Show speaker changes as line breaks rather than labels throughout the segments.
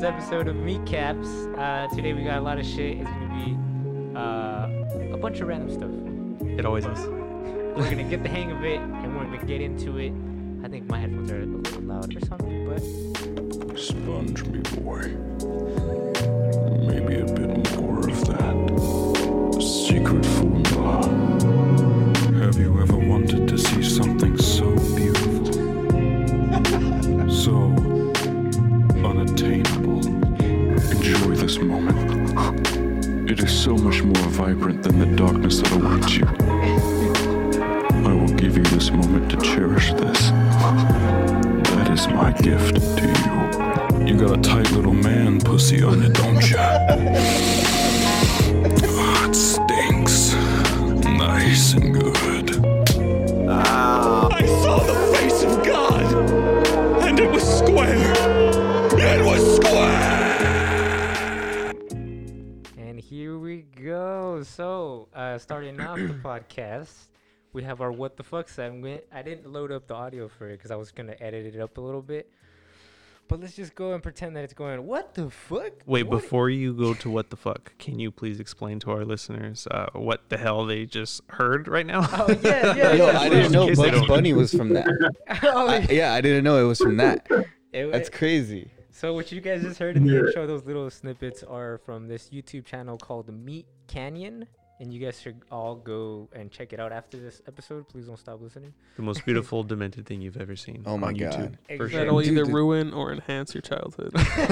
This episode of Meat Caps. Uh, today we got a lot of shit. It's gonna be uh, a bunch of random stuff.
It always is.
We're gonna get the hang of it and we're gonna get into it. I think my headphones are a little loud or something, but
Sponge me, boy. Maybe a bit more of that. Secret formula. Have you ever wanted to see something so beautiful? so unattainable? Enjoy this moment. It is so much more vibrant than the darkness that awaits you. I will give you this moment to cherish this. That is my gift to you. You got a tight little man pussy on it, don't you? Ah, it stinks. Nice and good.
Ah, I saw the face of God, and it was square. It was square.
and here we go. So uh, starting off the podcast, we have our what the fuck segment. I didn't load up the audio for it because I was gonna edit it up a little bit. But let's just go and pretend that it's going. What the fuck?
Wait,
What-
before you go to what the fuck, can you please explain to our listeners uh, what the hell they just heard right now?
Oh yeah, yeah.
Yo,
yeah.
I didn't know
In case they
Bugs
don't-
Bunny was from that.
Oh,
I- yeah, I didn't know it was from that.
it-
That's crazy.
So what you guys just heard in the intro, those little snippets are from this YouTube channel called The Meat Canyon, and you guys should all go and check it out after this episode. Please don't stop listening.
the most beautiful, demented thing you've ever seen.
Oh my
on YouTube,
God.
For
Exactly.
That'll
Dude,
either
the-
ruin or enhance your childhood.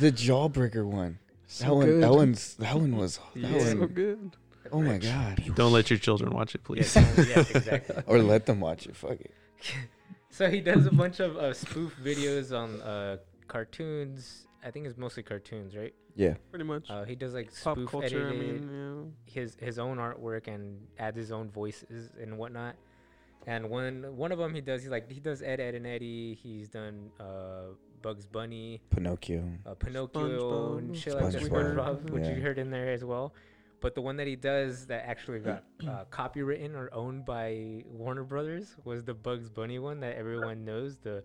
The Jawbreaker one.
so
That one.
good.
That one's. That one was. That
It's so
one.
good.
Oh my god.
sure. Don't let your children watch it, please.
Yes, yes, exactly.
Or let them watch it. Fuck it.
So he does a bunch of uh, spoof videos on uh, cartoons. I think it's mostly cartoons, right?
Yeah.
Pretty much.
Uh, he does like
Pop
spoof
culture,
edited
I mean,
his his own artwork and adds his own voices and whatnot. And one one of them he does he like he does Ed Ed and Eddie. He's done uh, Bugs Bunny.
Pinocchio.
uh, Pinocchio and
SpongeBob.
shit like that. SpongeBob,
SpongeBob,
which you
yeah.
heard in there as well. But the one that he does that actually got uh, copywritten or owned by Warner Brothers was the Bugs Bunny one that everyone knows. The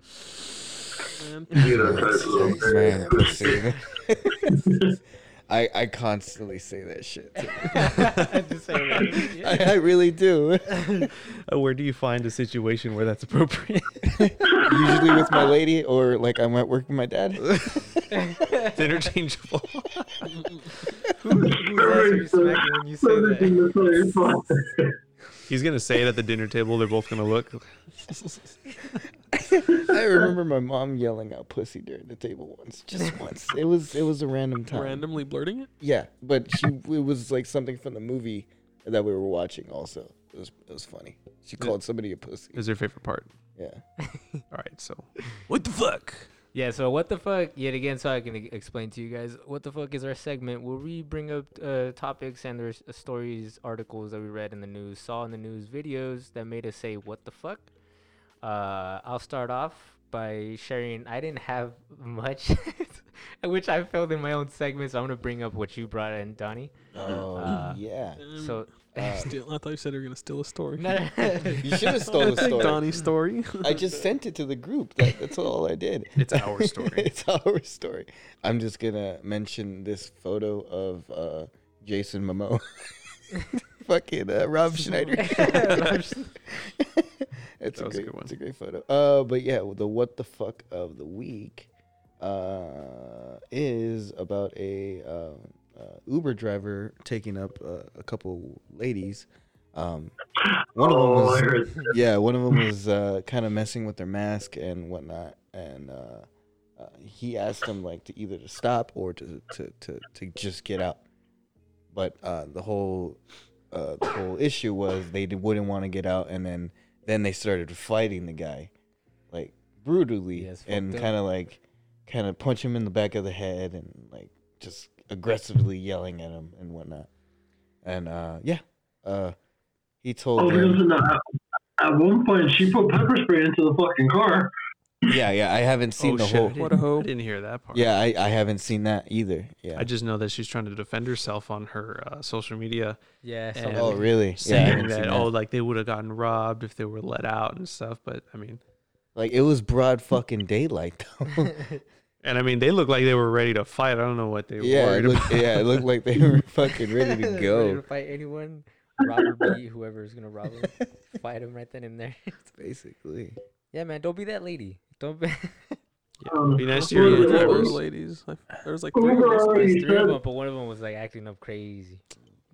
yeah. Man,
Thanks, man. I say that. I I constantly say that shit. too.
Just say that.
I, I really do.
Uh, where do you find a situation where that's appropriate?
Usually with my lady, or like I'm at work with my dad.
it's interchangeable.
Whose ass are you smacking when you say that?
He's gonna say it at the dinner table. They're both gonna look.
I remember my mom yelling out "pussy" during the table once, just once. It was it was a random time.
randomly blurting it?
Yeah, but she it was like something from the movie that we were watching. Also, it was it was funny. She called somebody a pussy.
Is their favorite part.
Yeah,
All right, so what the fuck?
Yeah, so what the fuck? Yet again, so I can e- explain to you guys what the fuck is our segment where we bring up uh, topics and there's uh, stories, articles that we read in the news, saw in the news, videos that made us say what the fuck. Uh, I'll start off by sharing. I didn't have much, which I filled in my own segment, so I'm gonna bring up what you brought in, Donnie.
oh yeah.
So
Still, I thought you said you were going to steal a story.
No,
You should have
I
stolen the
think
story.
Donnie's story.
I just sent it to the group. That, that's all I did.
It's our story.
it's our story. I'm just gonna mention this photo of uh, Jason Momoa, fucking uh, Rob Schneider. it's
That
a
was a
great,
good one.
It's a great photo. Uh, but yeah, the what the fuck of the week uh, is about a uh, uh, Uber driver taking up uh, a couple ladies. Um, one of them was, yeah, one of them was uh, kind of messing with their mask and whatnot, and uh, uh, he asked them like to either to stop or to to to, to just get out. But uh, the whole uh, the whole issue was they d- wouldn't want to get out, and then then they started fighting the guy, like brutally,
Yeah, it's fucked
and
up.
kind of like kind of punch him in the back of the head and like just aggressively yelling at him and whatnot. And uh, yeah, uh, he told
Oh,
them.
because in the, at one point she put pepper spray into the fucking car.
Yeah, yeah, I haven't seen
oh
the
shit! I
whole.
didn't-
What a hoe.
I didn't hear that part.
Yeah, I, I haven't seen that either. Yeah.
I just know that she's trying to defend herself on her uh, social media,
yeah. So
And-
oh really? Yeah, I
saying
haven't
that,
seen
oh, like they would have gotten robbed if they were let out and stuff. But I mean,
Like it was broad fucking daylight though.
And I mean, they looked like they were ready to fight. I don't know what they were
Yeah, it
worried
looked,
about.
yeah, it looked like they were fucking ready to
Ready to
go.
fight anyone. Robber B, whoever is gonna rob him, fight him right then and there.
Basically,
yeah, man, don't be that lady. Don't be.
Um,
Be nice to
who
your
was it?
There were
drivers.
ladies. I, there was like
Who
three of us,
were
There's
you
three of
said-
them, but one of them was like acting up crazy.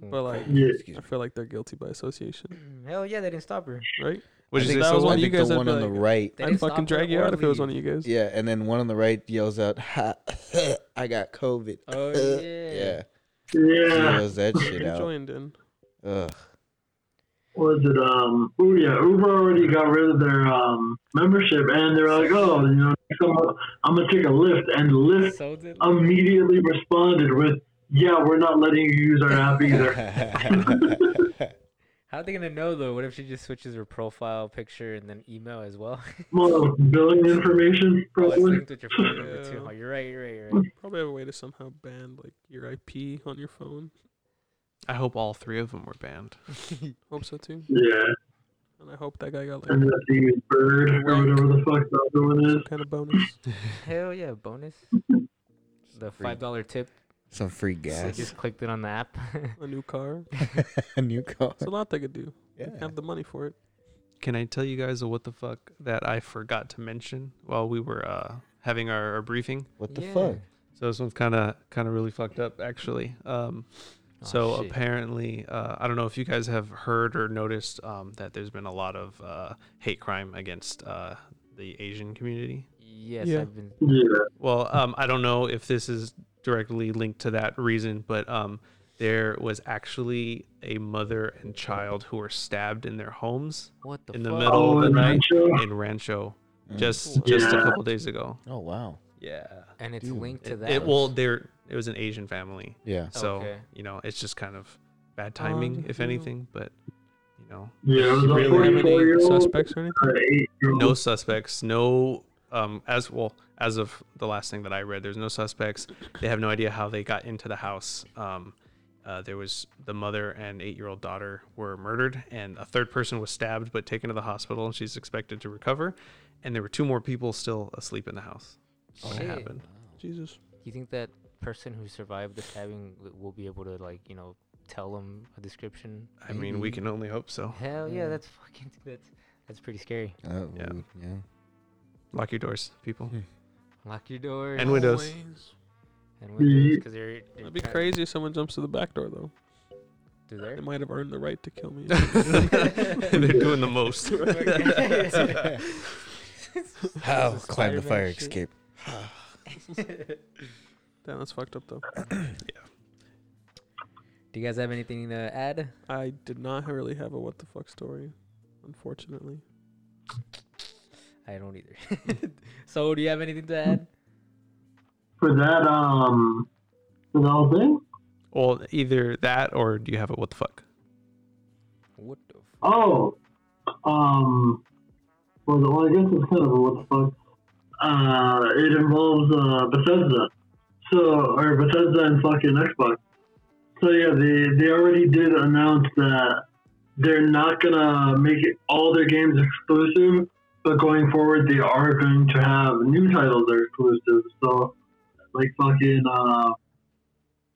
but like
Yeah.
I feel like they're guilty by association,
Mm. Hell yeah, they didn't stop her.
right?
I
Which is
think
that
so.
was one
I
of you
think
guys
the
that'd
one
be
on the
like-
right.
They
I'd
didn't
fucking
stop her
drag you
or
out if it was
leave.
one of you guys.
Yeah, and then one on the right yells out, "Ha! I got COVID."
Oh,
yeah.
yeah.
She
Yeah.
yells that shit
You
out.
joined in.
Ugh.
Was it um? Oh yeah, Uber already got rid of their um membership, and they're like, oh, you know, I'm gonna, I'm gonna take a lift, and Lyft
So did.
Oh. immediately responded with, yeah, we're not letting you use our app either.
How are they gonna know though? What if she just switches her profile picture and then email as well?
Well, billing information
oh, it's
probably.
linked with your phone number too.
Yeah.
Oh, you're right. You're right. You're right.
Probably have a way to somehow ban like your IP on your phone.
I hope all three of them were banned.
Hope so too.
Yeah,
And I hope that guy got like
and that thing is bird or whatever the fuck the other one is.
some kind of bonus.
Hell yeah, bonus. The five dollar tip.
Some free
I
gas,
just clicked it on the app.
a new car.
a new car.
It's a lot they could do.
Yeah.
Have the money for it.
Can I tell you guys what the fuck that I forgot to mention while we were uh, having our, our briefing?
What the
Yeah. Oh,
fuck?
So this one's kind of kind of really fucked up, actually. Um,
Aw,
so
Oh, shit.
apparently, uh, I don't know if you guys have heard or noticed um, that there's been a lot of uh, hate crime against uh, the Asian community.
Yes,
Yeah.
I've been.
Yeah,
Well, um, I don't know if this is directly linked to that reason, but um, there was actually a mother and child who were stabbed in their homes
What the
in the
fuck?
middle
Oh,
of the
in
night
Rancho?
in Rancho
Mm.
just just a
Yeah.
couple days ago.
Oh wow.
Yeah.
And it's
Dude,
linked to
It,
that.
it well, there it was an Asian family,
Yeah.
so
Okay. Oh,
you know it's just kind of bad timing, if
no.
anything. But you know,
yeah, it was
Really?
a
Do you have
44
any
year old.
suspects or anything?
Mm-hmm.
no suspects, no um as well as of the last thing that I read, there's no suspects. They have no idea how they got into the house. Um, uh, there was the mother and eight-year-old daughter were murdered, and a third person was stabbed but taken to the hospital, and she's expected to recover. And there were two more people still asleep in the house when
Shit.
Oh, it
Oh,
happened.
Jesus.
You think that person who survived the stabbing w- will be able to like you know tell them a description?
I mean, we can only hope so.
Hell yeah, that's fucking. That's that's pretty scary.
Uh,
Yeah.
we- yeah. Oh,
Lock your doors, people.
Lock your doors.
And windows.
Always.
And windows,
Mhm.
because they're, they're
That'd be
trying-
crazy if someone jumps to the back door though.
through there.
They might have earned the right to kill me.
They're doing the most.
How
This is
climb
Spider-Man
the fire
shit.
escape?
Damn, that's fucked up though.
Do you guys have anything to add?
I did not really have a what the fuck story, unfortunately.
I don't either. so, do you have anything to add?
For that, um, for the whole thing?
Well, either that or do you have it? What the fuck?
What the? F-
Oh, um, well, the- well, I guess it's kind of a what the fuck. Uh, it involves uh, Bethesda, so or Bethesda and fucking Xbox. So yeah, they they already did announce that they're not gonna make it- all their games exclusive, but going forward they are going to have new titles that are exclusive. So like fucking uh,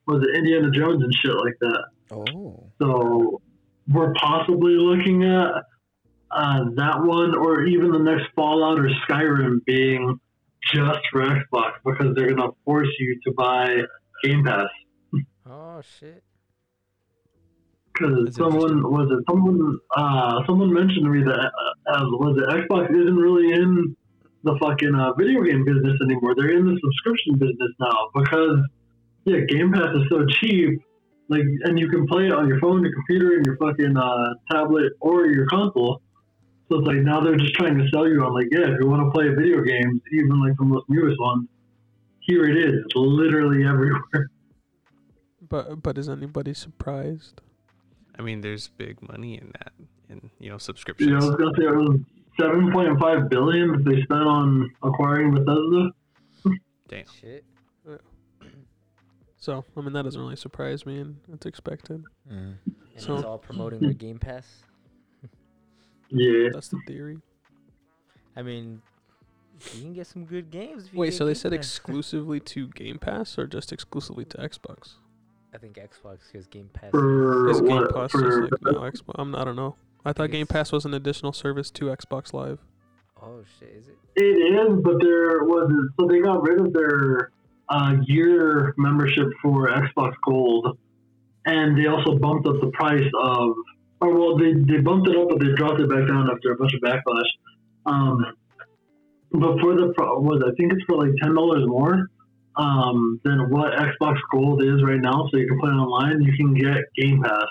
was it Indiana Jones and shit like that.
Oh.
So we're possibly looking at uh, that one, or even the next Fallout or Skyrim being just for Xbox because they're gonna force you to buy Game Pass.
oh shit!
Because
That's
someone was it someone uh, someone mentioned to me that uh, uh, was it Xbox isn't really in the fucking uh, video game business anymore. They're in the subscription business now because yeah, Game Pass is so cheap. Like, and you can play it on your phone, your computer, and your fucking uh, tablet or your console. So it's like now they're just trying to sell you on like, yeah, if you want to play video games, even like the most newest ones, here it is, It's literally everywhere.
But but is anybody surprised?
I mean, there's big money in that, in you know,
You know, I
subscriptions.
was gonna say it was seven point five billion that they spent on acquiring Bethesda.
Damn.
Shit.
So I mean that doesn't really surprise me, and it's expected.
Mm.
And
So-
it's all promoting their Game Pass.
Yeah,
That's the theory.
I mean, You can get some good games. If you
Wait,
get
so they
Game
said
Pass.
exclusively to Game Pass or just exclusively to Xbox?
I think Xbox has Game Pass.
For
Is Game
what?
Pass just
For
like no Xbox? I'm, I don't know. I thought Game
It's-
Pass was an additional service to Xbox Live.
Oh shit, is it?
It is, but there was so they got rid of their uh, year membership for Xbox Gold, and they also bumped up the price of. Or well, they, they bumped it up, but they dropped it back down after a bunch of backlash. Um, but for the pro, was I think it's for like ten dollars more um, than what Xbox Gold is right now. So you can play online. You can get Game Pass,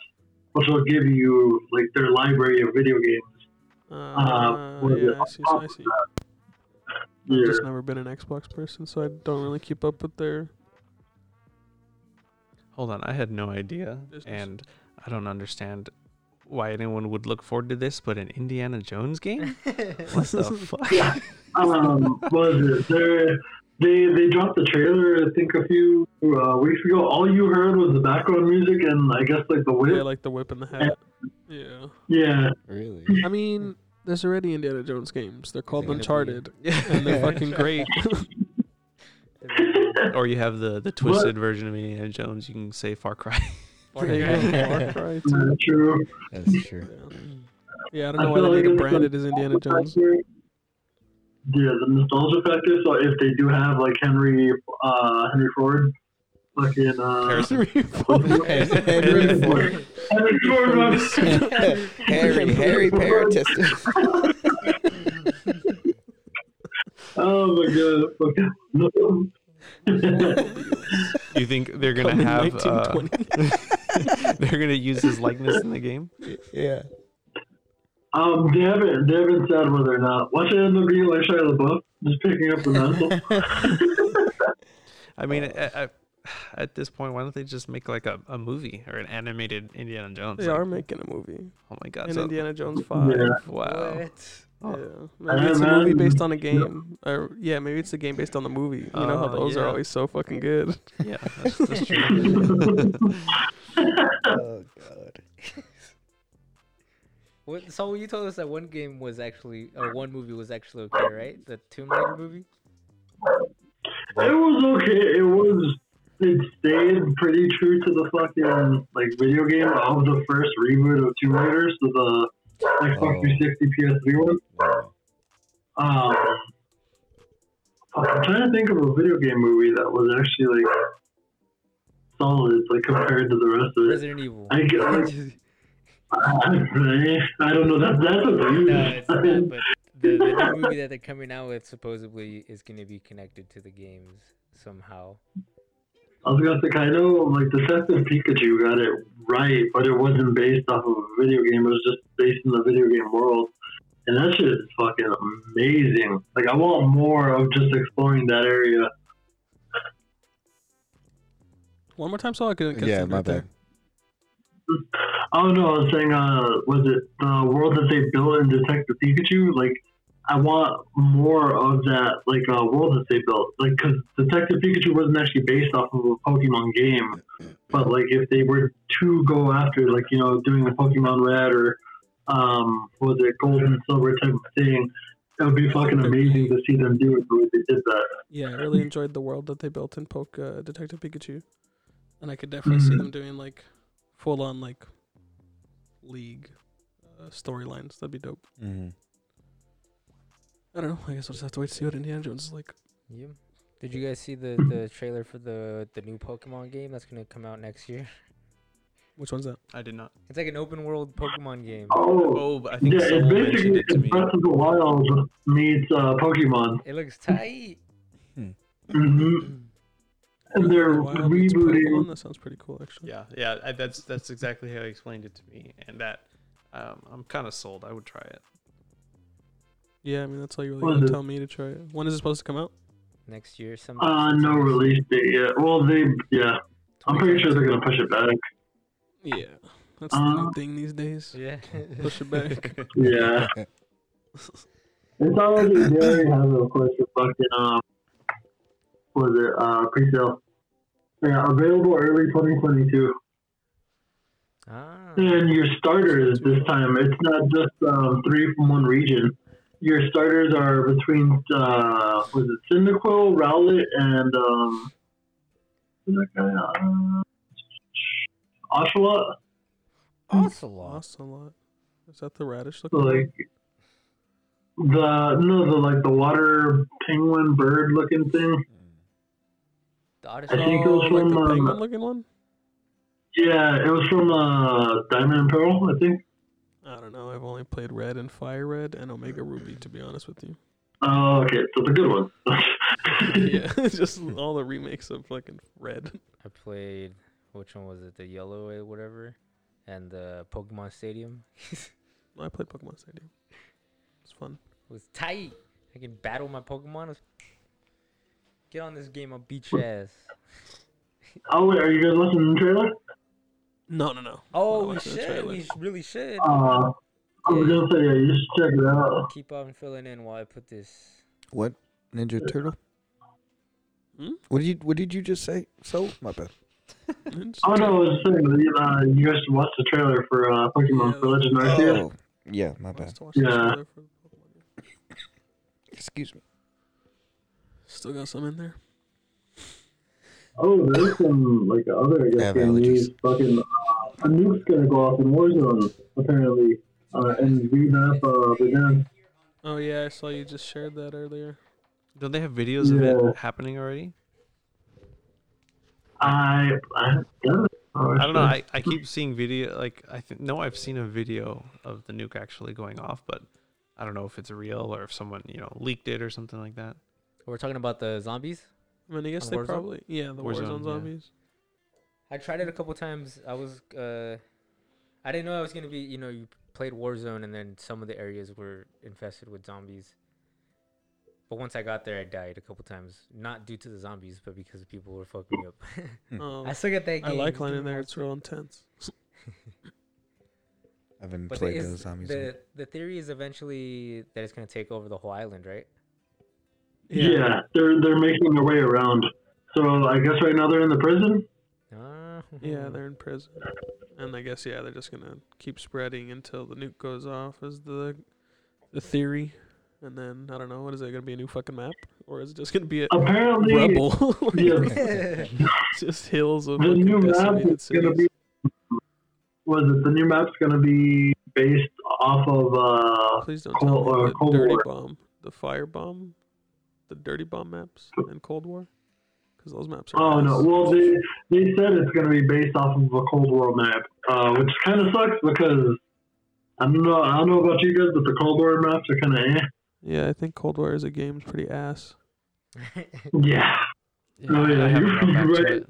which will give you like their library of video games.
Uh,
what is it?
yeah, I see. I see. I've
Yeah.
just never been an Xbox person, so I don't really keep up with their.
Hold on, I had no idea,
Business.
and I don't understand why anyone would look forward to this. But an Indiana Jones game? what the fuck?
um, was it? There, they they dropped the trailer. I think a few uh, weeks ago. All you heard was the background music and I guess like the
Yeah,
whip.
like the whip and the hat. Yeah.
Yeah,
Really?
I mean, there's already Indiana Jones games. They're called
They gotta be-
Uncharted, and they're fucking great.
Or you have the the twisted version of Indiana Jones. You can say Far Cry.
There you go, Far Cry
yeah,
2.
true.
That's true.
Yeah. Yeah, I don't know
I
why
feel
they
like
need to
it's
brand
the
it as Indiana
nostalgia
Jones.
factor. Yeah, the nostalgia factor. So if they do have like Henry uh, Henry Ford, fucking uh,
Harrison.
Henry Ford.
Henry Ford, my
Harry, Harry Paratester.
Oh my god! Fucking no.
You think they're gonna
Come in
have? Uh,
1920.
they're gonna use his likeness in the game.
Yeah.
Um, they haven't they haven't said whether or not. Watch it end up being like Shia LaBeouf, just picking up the mantle.
I mean, I, I, at this point, why don't they just make like a, a movie or an animated Indiana Jones?
They
Like,
are making a movie.
Oh my god!
in
So,
Indiana Jones 5.
Yeah.
wow.
What?
Yeah.
Oh.
Maybe it's a
man.
movie based on a game. Or, yeah, maybe it's a game based on the movie. You know how
Uh,
those are
yeah.
always so fucking good.
Yeah, that's, that's true.
Oh god.
What? So you told us that one game was actually, or one movie was actually okay, right? The Tomb Raider movie.
It was okay. It was. It stayed pretty true to the fucking like video game of the first reboot of Tomb Raider, so the Xbox
Oh.
360 PS3 one.
Wow.
Um, fuck, I'm trying to think of a video game movie that was actually like solid, like compared to the rest of it.
Resident Evil.
I get- I- I, I don't know. That that's a huge.
no, it's not. But the, the new movie that they're coming out with supposedly is going to be connected to the games somehow.
I was gonna say, I know, like Detective Pikachu got it right, but it wasn't based off of a video game. It was just based in the video game world, and that shit is fucking amazing. Like, I want more of just exploring that area.
One more time, so I couldn't catch
Yeah,
it
my
right
bad.
Oh no, I was saying, uh, was it the world that they built in Detective Pikachu? Like, I want more of that, like, uh, world that they built. Like, because Detective Pikachu wasn't actually based off of a Pokemon game, but like, if they were to go after, like, you know, doing a Pokemon Red or um, what was it Gold and Silver type of thing, it would be fucking amazing to see them do it the way they did that.
Yeah, I really enjoyed the world that they built in Poke uh, Detective Pikachu, and I could definitely
Mm-hmm.
see them doing like full on like league uh, storylines. That'd be dope.
Mm-hmm.
I don't know. I guess I'll just have to wait to see what Indiana Jones is like.
Yeah. Did you guys see the, the trailer for the the new Pokemon game that's going to come out next year?
Which one's that?
I did not.
It's like an open world Pokemon game.
Oh,
Oh, but I think
yeah, it's
someone mentioned
basically
it to
it's
me.
Breath of the Wild meets uh, Pokemon.
It looks tight.
Mm-hmm. And they're
Wild meets Pokemon?
rebooting.
Oh, That sounds pretty cool, actually.
Yeah, yeah, I, that's that's exactly how he explained it to me, and that um, I'm kind of sold. I would try it.
Yeah, I mean that's all you really
What
gotta
is it?
tell me to try it. When is it supposed to come out?
Next year, some.
Uh, no
sometime
release date yet. Well, they, yeah. I'm pretty sure they're
2022.
going to push it back.
Yeah, that's the new
Uh,
thing these days.
Yeah.
Push it back.
Yeah. It's already, they already have it, of course, for fucking, um, what was it, uh, pre sale. Yeah, available early 2022.
ah.
Hmm. And your starters this time, it's not just um, three from one region. your starters are between uh, was it Cyndaquil, Rowlet, and um, who's that guy? Uh, Ocelot.
Ocelot.
Ocelot. Is that the radish
So,
looking?
like the no, the like the water penguin bird looking thing.
The
I think it
Odyssey.
was
Oh, like
from
the penguin
um,
looking one?
yeah, it was from uh, Diamond and Pearl, I think.
I don't know. I've only played Red and Fire Red and Omega Ruby, to be honest with you.
Oh, okay, so the good one.
yeah, just all the remakes of fucking Red.
I played which one was it? The yellow or whatever, and the Pokemon Stadium
I played Pokemon Stadium. It's fun.
was tight. I can battle my Pokemon. Get on this game, I'll beat your ass.
oh wait, are you guys watching the trailer?
No, no, no.
Oh, we
watch the
should.
trailer.
We sh- really should.
Uh, I was gonna say yeah, you should check it out.
Keep on filling in while I put this.
What Ninja Turtle?
Hmm?
What did you What did you just say? So my bad.
Oh no, I was just saying that uh, you guys should watch the trailer for uh, Pokemon for Legend Arceus.
Oh, yeah, my bad.
Still,
Yeah.
Excuse me.
still got some in there.
Oh, there's some like other I
I
guess
have
game
allergies.
news. Fucking uh, a nuke's gonna go off in Warzone apparently, uh, and revamp uh, the gun.
Oh yeah, I saw you just shared that earlier.
Don't they have videos of
Yeah.
it happening already?
I I don't know.
I don't know. I, I keep seeing video. Like I th- know I've seen a video of the nuke actually going off, but I don't know if it's real or if someone you know leaked it or something like that.
We're talking about the zombies.
I mean, I guess
On
they
Warzone?
probably yeah the
Warzone,
Warzone,
yeah.
zombies.
I tried it a couple times. I was uh, I didn't know I was gonna be. You know, you played Warzone, and then some of the areas were infested with zombies. But once I got there, I died a couple times, not due to the zombies, but because people were fucking me up.
Oh,
I still get that. Game.
I like
It's
lying in
doing
there.
all
It's real intense.
I haven't
But the,
played
is-
those zombies.
the,
yet.
the theory is eventually that it's gonna take over the whole island, right?
Yeah. they're they're making their way around. So I guess right now they're in the prison.
Ah,
Yeah, they're in prison, and I guess yeah, they're just gonna keep spreading until the nuke goes off. Is the the theory, and then I don't know. What is it gonna be a new fucking map, or is it just gonna be a
Apparently,
rebel? Like,
yes,
just hills of
the
fucking
new map
decimated
is going to
cities.
be was it the new map's going to be based off of uh
Please don't
Cold-
tell
or
me the
Cold
dirty
War.
bomb, the fire bomb, the dirty bomb maps, and Cold War, because those maps are.
oh no
ass.
well they they said it's going to be based off of a cold war map uh which kind of sucks because i don't know i don't know about you guys but the cold war maps are kind of eh.
Yeah, I think Cold War as a game is pretty ass.
yeah Oh, yeah,
I haven't gone back to
right.
it.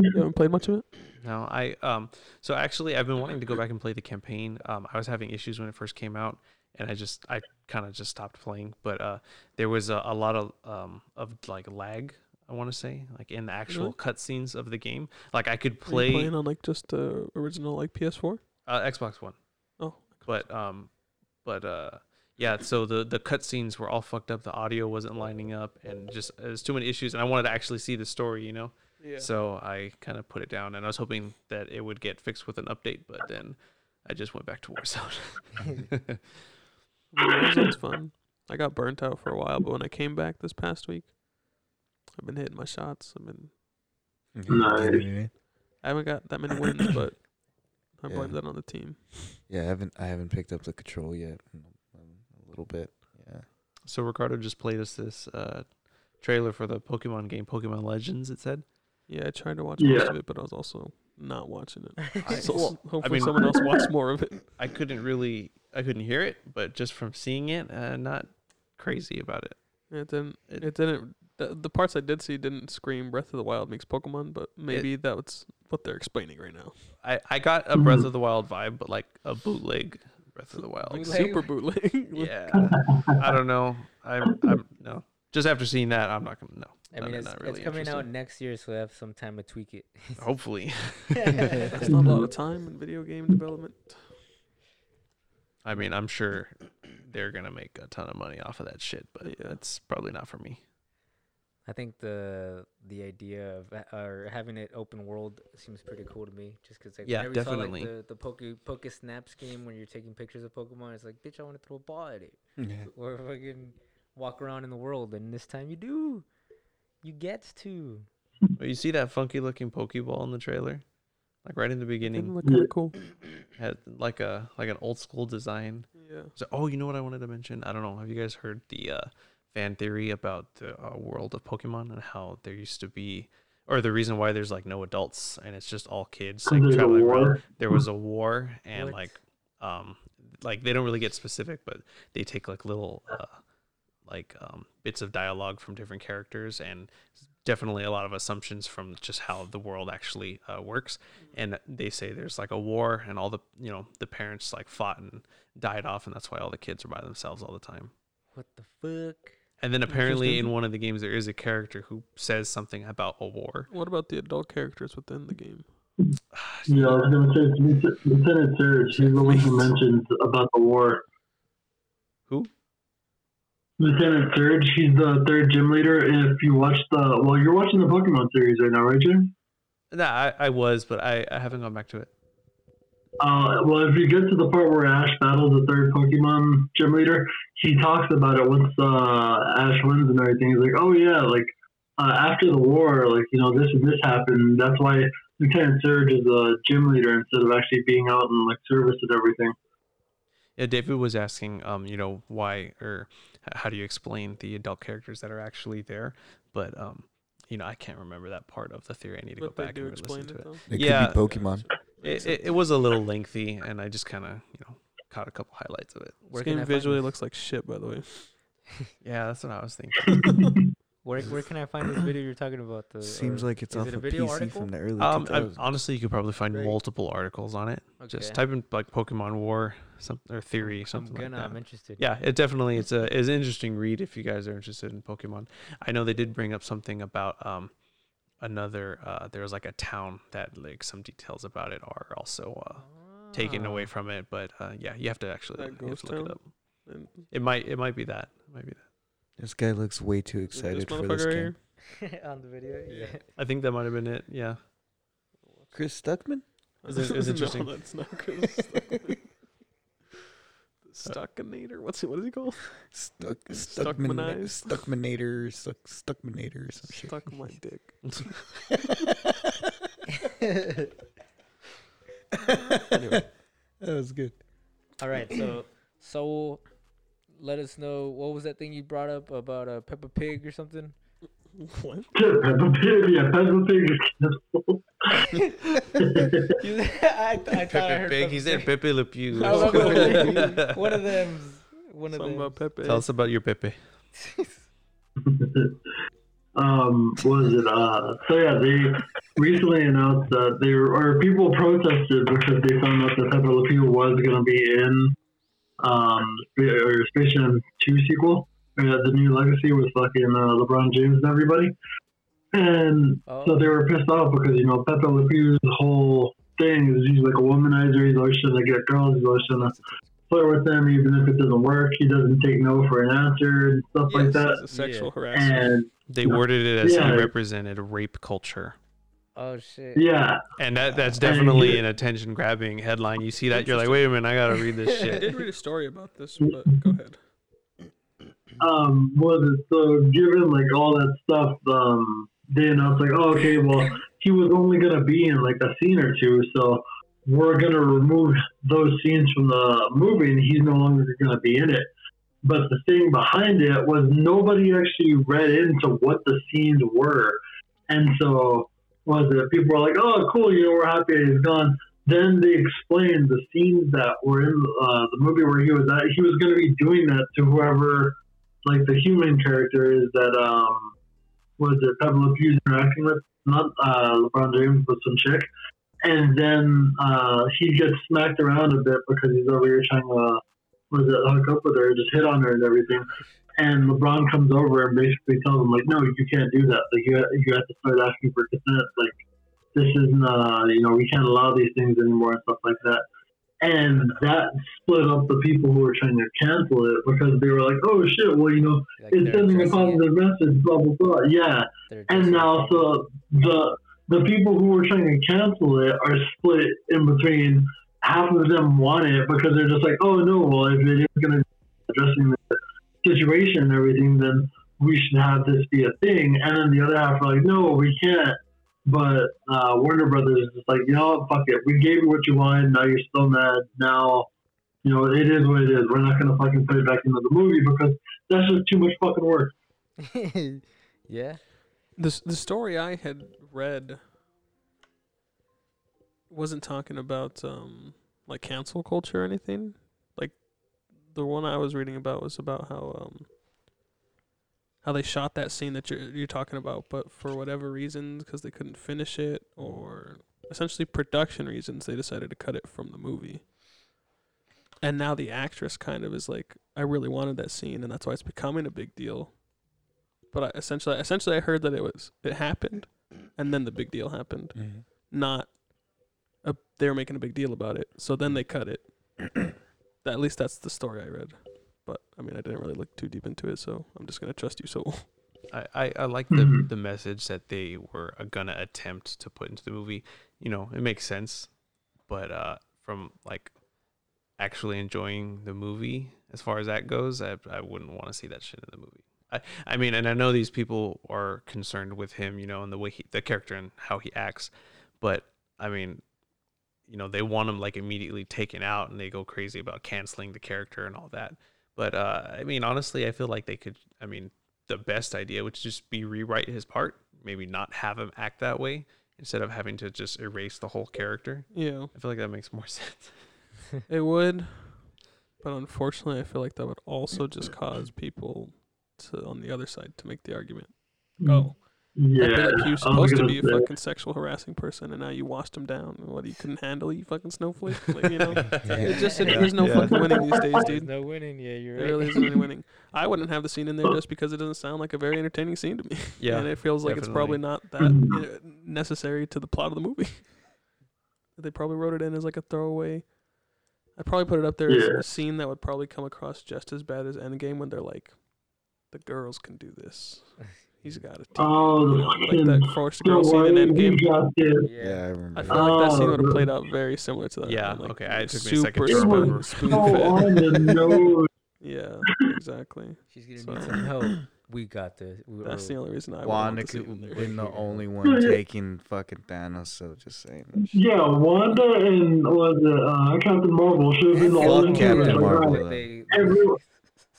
You haven't played much of it.
No, I um so actually I've been wanting to go back and play the campaign. Um I was having issues when it first came out and I just I kind of just stopped playing, but uh there was a, a lot of um of like lag, I want to say, like in the actual
Really?
cutscenes of the game. Like I could
Are you
play
playing on like just the original like PS4.
uh, Xbox One,
Oh,
but um but uh yeah, so the the cutscenes were all fucked up. The audio wasn't lining up, and just it was too many issues. And I wanted to actually see the story, you know.
yeah.
So I kind of put it down, and I was hoping that it would get fixed with an update, but then I just went back to Warzone.
Warzone's fun. I got burnt out for a while, but when I came back this past week, I've been hitting my shots. I've been
Mm-hmm.
Nice.
I haven't got that many wins, but I
Yeah.
blame that on the team.
Yeah, I haven't I haven't picked up the control yet. Um, A little bit. Yeah.
so Ricardo just played us this uh, trailer for the Pokemon game, Pokemon Legends. It said.
Yeah, I tried to watch most
Yeah.
of it, but I was also not watching it.
I,
So
well,
hopefully
mean-
someone else watched more of it.
I couldn't really, I couldn't hear it, but just from seeing it, uh, not crazy about it.
It didn't.
It-
It, didn't. The, the parts I did see didn't scream Breath of the Wild makes Pokemon, but maybe that's what they're explaining right now.
I, I got a Breath
Mhm.
of the Wild vibe, but like a bootleg Breath of the Wild.
Like
Bootleg.
super bootleg. with-
yeah, I don't know. I'm, I'm no. Just after seeing that, I'm not gonna no.
I
No,
mean,
no,
it's,
not
it's
really
coming out
interested.
next year, so I have some time to tweak it.
Hopefully.
That's not a lot of time in video game development.
I mean, I'm sure they're gonna make a ton of money off of that shit, but
Yeah.
that's probably not for me.
I think the the idea of ha- or having it open world seems pretty cool to me. Just because like
Yeah,
whenever you saw,
definitely.
like, the the Poke Poke Snaps game when you're taking pictures of Pokemon, it's like bitch, I want to throw a ball at it or fucking walk around in the world. And this time you do, you get to.
But you see that funky looking Pokeball in the trailer, like right in the
Didn't
beginning,
look kind of cool.
had like a like an old school design.
Yeah.
So, oh, you know what I wanted to mention? I don't know. Have you guys heard the uh, fan theory about the uh, world of Pokemon and how there used to be, or the reason why there's like no adults and it's just all kids like
There's a
traveling around?
war.
There was a war and
What?
like, um, like they don't really get specific, but they take like little, uh, like um, bits of dialogue from different characters and definitely a lot of assumptions from just how the world actually uh, works and they say there's like a war and all the you know the parents like fought and died off and that's why all the kids are by themselves all the time
What the fuck?
and then apparently in one of the games there is a character who says something about a war
What about the adult characters within the game?
Yeah, I was gonna say it's Lieutenant- Lieutenant Surge. He's the one who mentioned about the war.
who
Lieutenant Surge. He's the third gym leader. If you watch the, well, you're watching the Pokemon series right now, right, Jim?
nah, I, I was but I, I haven't gone back to it
Uh, well, if you get to the part where Ash battles the third Pokemon gym leader, he talks about it once uh, Ash wins and everything. He's like, "Oh yeah, like uh, after the war, like you know this and this happened. That's why Lieutenant Surge is a gym leader instead of actually being out and like service and everything."
yeah david was asking um you know why or h- how do you explain the adult characters that are actually there but um you know i can't remember that part of the theory i need to
But
go
they
back
do
and listen
explain
to
it
it
though.
It
Yeah.
could be Pokemon.
it, it, it was a little lengthy and i just kind of you know caught a couple highlights of it
This
Where can I
game
find
visually
this?
looks like shit, by the way.
yeah that's what i was thinking
Where where can I find this video you're talking about? The
Seems
or-
like it's
is
off
it
a
a video
PC
article?
from the early
Um, I,
2000s.
honestly, you could probably find
Great.
multiple articles on it. Just
Okay.
type in like Pokemon War, some or theory,
I'm
something
gonna.
like
I'm
that.
interested.
Yeah, it definitely it's a is an interesting read if you guys are interested in Pokemon. I know they did bring up something about um another uh there was like a town that like some details about it are also uh taken away from it, but uh yeah, you have to actually
That
you have
ghost
to look
town?
it up.
And
It might it might be that. It might be that.
This guy looks way too
this
excited for
motherfucker
this
right
game.
here?
on the video. Yeah.
I think that might have been it. Yeah.
Chris Stuckman?
Is it- is it interesting?
no, that's not good. Stuckinator. What's it? What is he called?
Stuck, Stuckman,
Stuckmanized?
Stuckmanator, Stuck, Stuckmanator, or some shit.
Stuck my dick.
anyway, that was good.
All right. So so let us know what was that thing you brought up about a uh, Peppa Pig or something.
What?
Peppa Pig. Yeah, Peppa Pig is canceled.
I, th- I thought I heard Peppa Pig.
Pepe Le Pew.
I remember one of them. One of
Something
them.
about Pepe.
Tell us about your Pepe.
um, what is it? Uh, so yeah, they recently announced that they or people protested because they found out that Pepe Le Pew was going to be in um, Sp- or Space Jam 2 sequel, or the new Legacy with fucking uh, LeBron James and everybody. And so
Oh,
they were pissed off because you know Pepe Le Pew's whole thing is he's like a womanizer. He's always trying to get girls. He's always trying to flirt with them, even if it doesn't work. He doesn't take no for an answer and stuff like
Yes,
that.
it's a sexual harassment.
And
They worded it as
Yeah.
he represented rape culture.
oh shit.
yeah,
And that that's
And
definitely
you-
an attention grabbing headline. You see that, you're like, wait a minute, I gotta read this
I
shit.
did read a story about this, but go ahead.
um, was it so given like all that stuff, um, then I was like, oh, okay, well, he was only gonna be in like a scene or two, so we're gonna remove those scenes from the movie, and he's no longer gonna be in it. But the thing behind it was nobody actually read into what the scenes were, and so was it people were like, oh, cool, you know, we're happy he's gone. Then they explained the scenes that were in uh, the movie where he was at. He was going to be doing that to whoever like the human character is that um was it Pepe Le Pew's interacting with not uh LeBron James but some chick, and then uh he gets smacked around a bit because he's over here trying to was it hook up with her, just hit on her and everything, and LeBron comes over and basically tells him like, no, you can't do that. Like you you have to start asking for consent. Like this isn't uh you know we can't allow these things anymore and stuff like that. And that split up the people who were trying to cancel it because they were like, oh shit, well, you know,
Like
it's
they're
sending a
addressing it.
positive message, blah, blah, blah. Yeah.
They're
And
addressing
now,
it.
so the the people who were trying to cancel it are split in between. Half of them want it because they're just like, oh no, well if it is going to be addressing the situation and everything, then we should have this be a thing. And then the other half are like, no, we can't. But uh, Warner Brothers is just like, you know, what, fuck it. We gave you what you wanted. Now you're still mad. Now, you know, it is what it is. We're not going to fucking put it back into the movie because that's just too much fucking work.
yeah.
The s- the story I had read wasn't talking about um like cancel culture or anything. Like the one I was reading about was about how um how they shot that scene that you're you're talking about, but for whatever reasons, because they couldn't finish it or essentially production reasons, they decided to cut it from the movie. And now the actress kind of is like, I really wanted that scene, and that's why it's becoming a big deal but I, essentially, essentially, I heard that it was it happened, and then the big deal happened. Not, a, they were making a big deal about it, so then they cut it. At least that's the story I read. But I mean, I didn't really look too deep into it, so I'm just gonna trust you. So
I, I, I like the, the message that they were gonna attempt to put into the movie. You know, it makes sense, but uh, from like actually enjoying the movie as far as that goes, I, I wouldn't want to see that shit in the movie. I, I mean, and I know these people are concerned with him, you know, and the way he, the character and how he acts, but I mean, you know, they want him like immediately taken out, and they go crazy about canceling the character and all that. But uh, I mean, honestly, I feel like they could. I mean, the best idea would just be rewrite his part, maybe not have him act that way instead of having to just erase the whole character.
yeah,
I feel like that makes more sense.
it would. But unfortunately, I feel like that would also just cause people to on the other side to make the argument.
Mm.
Oh,
Yeah,
That'd be like you
I was
supposed to
gonna
be a
say.
fucking sexual harassing person, and now you washed him down. What you couldn't handle, you fucking snowflake. Like, you know, it just it, there's no
Yeah.
fucking winning these days,
There's
dude.
no winning. Yeah, you're
There
right.
really isn't any winning. I wouldn't have the scene in there just because it doesn't sound like a very entertaining scene to me,
Yeah.
and it feels like it's probably
definitely.
not that
Mm-hmm.
uh, necessary to the plot of the movie. they probably wrote it in as like a throwaway. I'd probably put it up there as
Yeah.
a scene that would probably come across just as bad as Endgame when they're like, "The girls can do this. He's got it."
Oh,
You
the
know,
fucking.
like that forced girl
Don't
scene
worry,
in
we
Endgame.
got this.
Yeah, I remember.
I
that.
feel like that scene
Oh,
would have
the-
played out very similar to that.
Yeah,
like,
okay, I- it took me a
super
second
to
spoon-
remember.
spoon
So
fed.
Oh, on the nose.
Yeah, exactly.
She's gonna
So-
need some help. We got this. We,
That's the
or-
only reason I want to see
Wanda
it in there.
been the only one taking fucking Thanos, so just saying. that shit.
Yeah, Wanda and was it, uh, Captain Marvel should have been the
Fuck
only two
Captain
that's like,
Marvel.
right.
though.
They-
Every-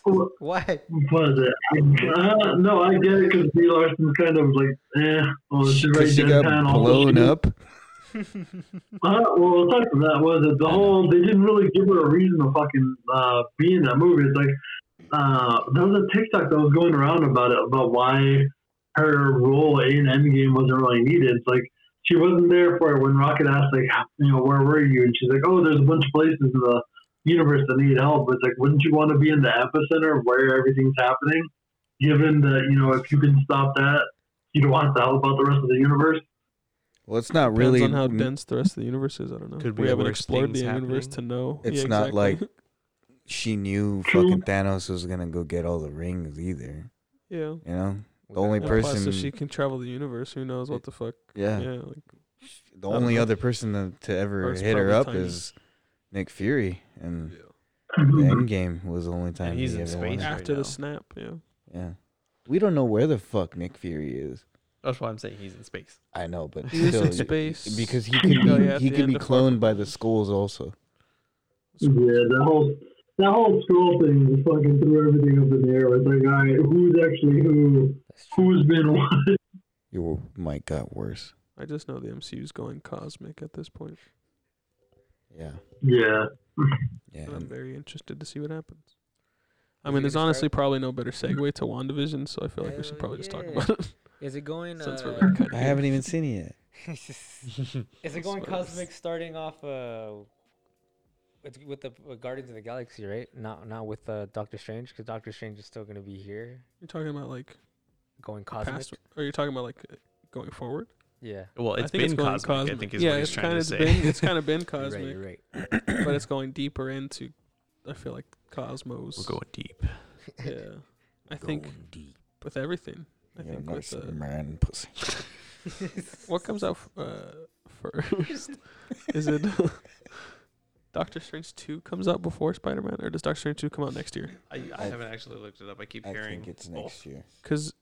What
Why?
was it? Uh, no, I get it because Brie Larson's kind of like, eh. Well, she, right
Because she got
deadpan all the
blown
shit.
up.
Uh, well, aside from that, was it the whole? They didn't really give her a reason to fucking uh, be in that movie. It's like uh, there was a TikTok that was going around about it about why her role in Endgame wasn't really needed. It's like she wasn't there for it when Rocket asked, like, you know, where were you? And she's like, oh, there's a bunch of places in the universe that need help. It's like, wouldn't you want to be in the epicenter of where everything's happening? Given that you know, if you can stop that, you'd want to help about the rest of the universe.
Well, it's not
Depends
really.
on how dense the rest of the universe is. I don't know.
Could
we
be
haven't
worse
explored the
things
universe to
happening.
know.
It's
Yeah,
not
exactly.
like- she knew
True.
fucking Thanos was gonna go get all the rings either.
yeah.
You know,
We
the
got
only
one.
And plus,
person-
if she can travel the universe, who knows what the fuck?
yeah.
Yeah, like,
The
I don't
only
know.
other person to, to ever
Earth's
hit her
probably
up
tiny.
is Nick Fury, and the
Mhm.
Endgame was the only time
he's
he
in
ever
space.
won.
right
after
now.
the snap. Yeah.
Yeah, we don't know where the fuck Nick Fury is.
That's why I'm saying he's in space.
I know, but
He was
still,
in
y-
space
because he could
Oh,
be,
yeah, at
he
the
could
end
be
of Far From
cloned by the skulls also.
Yeah, that whole that whole school thing just fucking threw everything up in the air. It's like, all right, who's actually who?
That's true.
Who's been what?
Your might got worse.
I just know the MCU's going cosmic at this point.
Yeah,
Yeah.
yeah.
and I'm
and-
very interested to see what happens. I
Is it
mean, there's
gonna
honestly
start-
probably no better segue to WandaVision, so I feel like we should
Hell
probably just talk
yeah.
about it.
Is it going?
Since
Uh,
we're really cut
I
here.
haven't even seen it yet.
is it going
Spoilers.
cosmic? Starting off uh, with, with the uh, Guardians of the Galaxy, right? Not not with uh, Doctor Strange, because Doctor Strange is still gonna be here,
You're talking about like
going cosmic.
past, or you're talking about like uh, going forward?
Yeah.
Well, it's
think
been
it's going
cosmic, I
cosmic.
think is
yeah,
what he's
it's
trying
kind
to
of
say.
been it's kind of been
You're right.
cosmic,
You're right.
but it's going deeper into, I feel like cosmos.
We're going deep.
Yeah, I think
Going deep.
with everything. I
You're
think
no
with uh,
Superman, pussy.
what comes out f- uh, first? Is it Doctor Strange two comes out before Spider Man, or does Doctor Strange two come out next year?
I, I
I-
haven't actually looked it up. I keep
I
hearing. oh,
think it's
both.
next year.
Because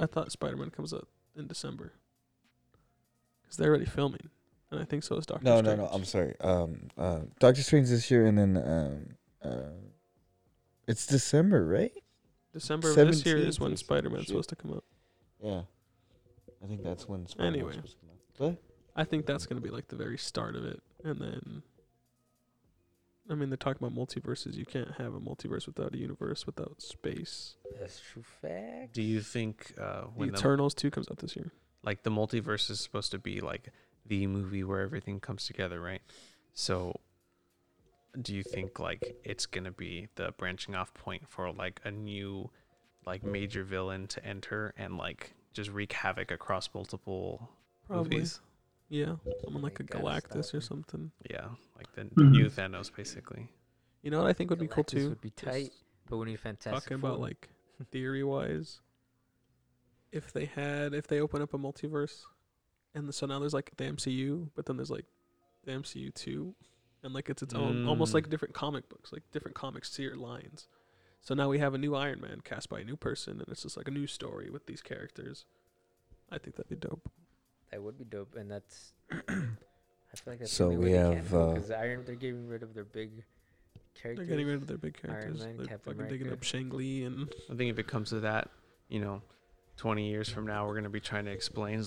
I thought Spider Man comes out in December. Because they're already filming, and I think so is Doctor.
No, no,
Strange.
no. I'm sorry. Um, uh, Doctor Strange this year, and then um, uh, it's December, right?
December of this year is
17th or
when
some
Spider Man's
shit.
supposed to come out.
Yeah, I think that's when.
Spider-Man's Anyway. supposed
what?
I think that's gonna be like the very start of it, and then. I mean, they're talking about multiverses. You can't have a multiverse without a universe, without space.
That's true fact.
Do you think uh,
The
when the,
Eternals 2 comes out this year.
like the multiverse is supposed to be like the movie where everything comes together, right? So, do you think like it's gonna be the branching off point for like a new, like major villain to enter and like just wreak havoc across multiple
Probably.
movies?
Yeah. Someone like a
Like that is
Galactus or
that-
something.
Yeah, like the
Mhm.
new Thanos, basically.
You know what I think would be cool
Galactus
too?
Would be
Just
tight, but we need fantastic.
Talking about
Four.
like theory wise. If they had if they open up a multiverse and so now there's like the MCU, but then there's like the MCU two and like it's its own almost
Mm.
like different comic books, like different comic seer lines. So now we have a new Iron Man cast by a new person and it's just like a new story with these characters. I think that'd be dope.
that would be dope, and that's. I feel like that's.
So we have, uh,
Because Iron, they're getting rid of their big
They're
characters.
getting rid of their big
Iron
characters.
Man,
They're
Captain
fucking digging up
America.
Shang Li and
I think if it comes to that, you know, 20 years from now, we're going to be trying to explain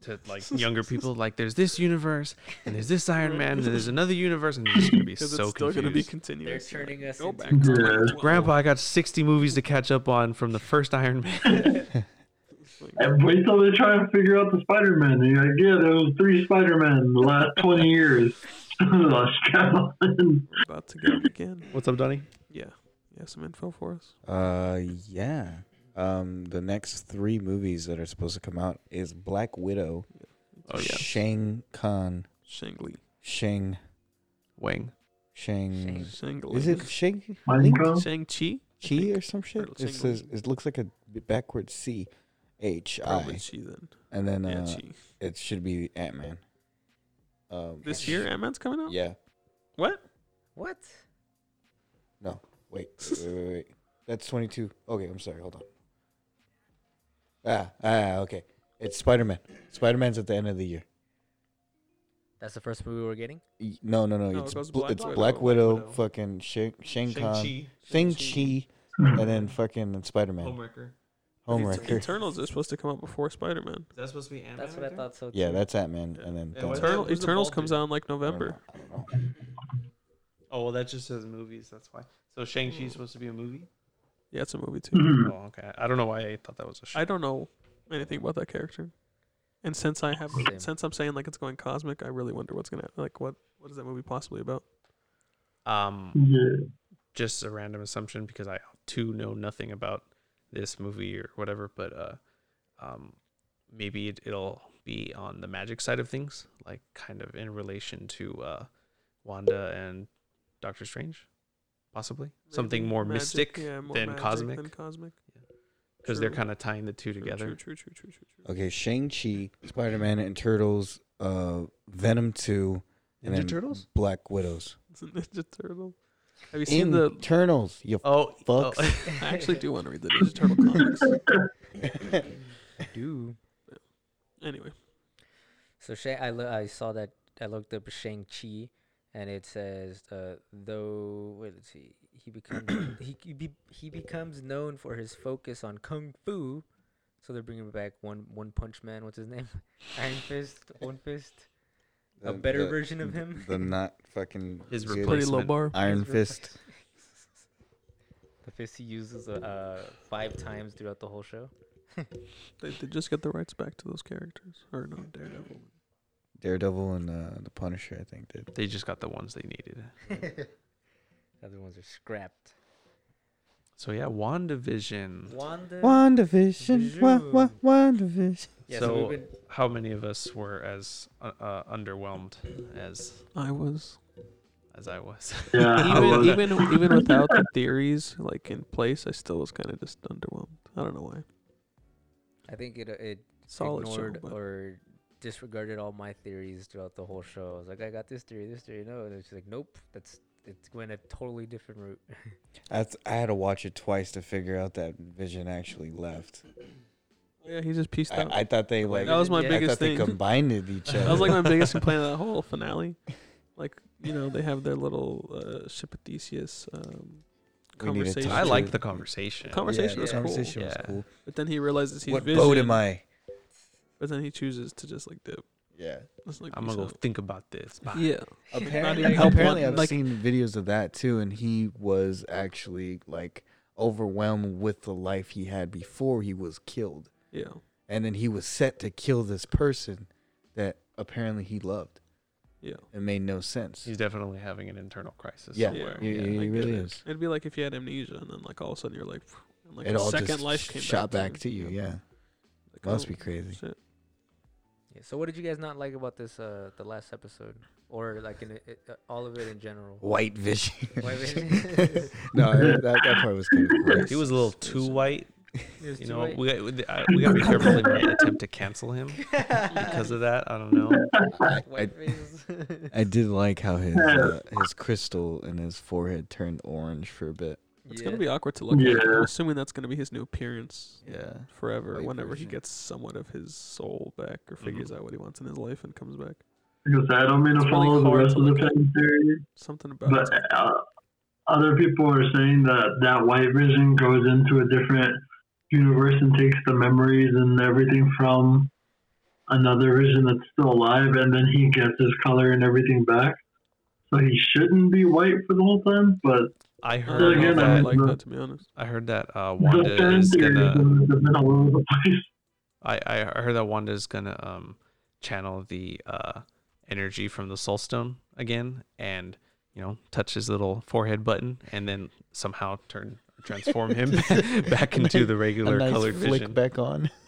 to like younger people, like, there's this universe, and there's this Iron Man, and there's another universe, and they're just going to be so
Because it's
confused.
still going to be
They're
continuous.
turning us
Go
into
back to
Yeah.
2012.
Grandpa, I got 60 movies to catch up on from the first Iron Man.
And wait till they try and figure out the Spider Man. You're like, yeah, there was three Spider Men the last 20 years. Oh, Scanlan.
About to go again.
What's up, Donnie?
Yeah. You have some info for us?
Uh, yeah. Um, the next three movies that are supposed to come out is Black Widow,
Oh, yeah.
Shang Khan,
Shangli.
Shang,
Wang.
Shang.
Shangli.
Is it Shang
Minecraft?
Shang-Chi?
Chi or some shit?
Or
It
Shang-
says it looks like a backward C, H
Probably
I,
Chi then.
and then
yeah,
uh,
Chi.
it should be Ant Man. Um,
This year, Ant-Man's coming out?
Yeah.
What?
What?
Wait, wait, wait, wait, wait. That's 22. Okay, I'm sorry. Hold on. Ah, ah, okay. It's Spider Man. Spider Man's at the end of the year.
That's the first movie we're getting.
Y- No, no, no.
No, it
it's
goes
bl-
Black
it's
Widow,
Black
Black
Widow,
Widow.
fucking Shang Shang Kang,
Shang-Chi.
Shang Chi, and then fucking Spider Man.
Homewrecker.
The
Homewrecker.
Eternals are supposed to come out before Spider-Man.
Is that supposed to be Ant
That's what I thought so.
Yeah,
too.
that's Ant Man, and then
Yeah,
Thor.
what's
I
that?
Eternal,
Who's the
Eternals
bald
comes
dude?
out in like
don't
November.
know, I don't know.
Oh, well, that just says movies. That's why. So
Mm.
Shang-Chi's supposed to be a movie?
Yeah, it's a movie too.
Mhm.
Oh, okay. I don't know why I thought that was a show.
I don't know anything about that character. And since I have,
Same.
since I'm saying like it's going cosmic, I really wonder what's gonna like what what is that movie possibly about?
Um,
yeah.
just a random assumption because I too know nothing about this movie or whatever, but uh, um, maybe it, it'll be on the magic side of things, like kind of in relation to uh, Wanda and Doctor Strange, possibly something
Maybe
more
magic-
mystic
yeah, more
than
magic
cosmic,
Than cosmic.
because they're
True.
kind of tying the two
True,
together.
True, true, true, true, true, true.
Okay, Shang Chi, Spider Man, and Turtles, uh, Venom Two, and then Black Widows.
It's a Ninja Turtle. Have you seen the?
Eternals, you
Oh, oh.
fucks.
I actually do want to read the Ninja Turtle comics.
do.
Anyway,
So Sha I lo- I saw that I looked up Shang Chi, and it says uh, though wait let's see he becomes he c- be, he becomes known for his focus on kung fu, so they're bringing back one one Punch Man. What's his name? Iron Fist, One Fist, a
The-
better
the-
version of him.
The not fucking
His
good
pretty low
Placement.
bar.
Iron
His replace-
Fist.
The fist he uses uh, uh, five times throughout the whole show.
They, they just get the rights back to those characters, or no, Daredevil.
Daredevil and uh, the Punisher, I think, did.
They just got the ones they needed.
the other ones are scrapped.
So yeah, WandaVision.
WandaVision. Wa- wa- WandaVision.
Yeah, so,
so
we've been
how many of us were as uh, uh, underwhelmed as
I was
as I was?
Yeah, I
even
was.
even even without the theories like in place, I still was kind of just underwhelmed. I don't know why.
I think it it
Solid show,
ignored
but
or disregarded all my theories throughout the whole show. I was like, I got this theory, this theory, no, and it's like, nope, that's it's going a totally different route.
That's, I had to watch it twice to figure out that Vision actually left.
yeah, he just pieced out.
I, I thought they like
that was my
yeah, I
I
biggest
thought they
thing.
combined it each other.
That was like my biggest complaint of that whole finale. Like, you know, they have their little uh, ship of Theseus um,
We need a
conversation.
I
Sure.
like the conversation.
conversation
yeah,
was
the
cool.
conversation was
Yeah.
cool.
But then he realizes he's
What
vision,
boat am I?
But then he chooses to just like dip.
Yeah.
It's like,
I'm gonna go
peace
think about this. Bye.
out. Yeah.
Apparently,
even help
apparently
one-
I've
like-
seen videos of that too, and he was actually like overwhelmed with the life he had before he was killed,
Yeah.
and then he was set to kill this person that apparently he loved.
Yeah.
It made no sense.
He's definitely having an internal crisis
yeah,
somewhere.
he,
Yeah,
he
I get
really
it.
is.
It'd be like if you had amnesia and then like all of a sudden you're like, phew, and, like
it
a
all
second
just
life came
shot back, to
you.
you.
Yep.
Yeah,
Like,
must
oh,
be crazy.
shit.
Yeah, so what did you guys not like about this uh the last episode or like in it, uh, all of it in general?
White vision.
White vision.
no, that, that part was kind of cool.
He was a little too white.
It was
You
too
know,
late.
we got, we- I- we got to be careful in our attempt to cancel him because of that. I don't know.
White faces.
I did like how his uh, his crystal in his forehead turned orange for a bit.
It's
Yeah.
gonna be awkward to look at.
Yeah.
I'm assuming that's gonna be his new appearance
Yeah.
forever.
White
whenever
version.
he gets somewhat of his soul back or figures out what he wants in his life and comes back.
Like I said, I don't mean
It's
to follow
really
the
hard
rest
to
of the
look at.
time series,
Something about
but uh, other people are saying that that white vision goes into a different universe and takes the memories and everything from another vision that's still alive, and then he gets his color and everything back. So he shouldn't be white for the whole time, but
I
I
heard
don't know
again,
if I
I'm
that.
like
not-
that to be honest.
I heard that uh,
the
Wanda
fan
is
theories
gonna.
have been all over the place.
I I I heard that Wanda's gonna um channel the uh energy from the Soul Stone again, and you know touch his little forehead button, and then somehow turn transform him back into the regular colored vision.
back on.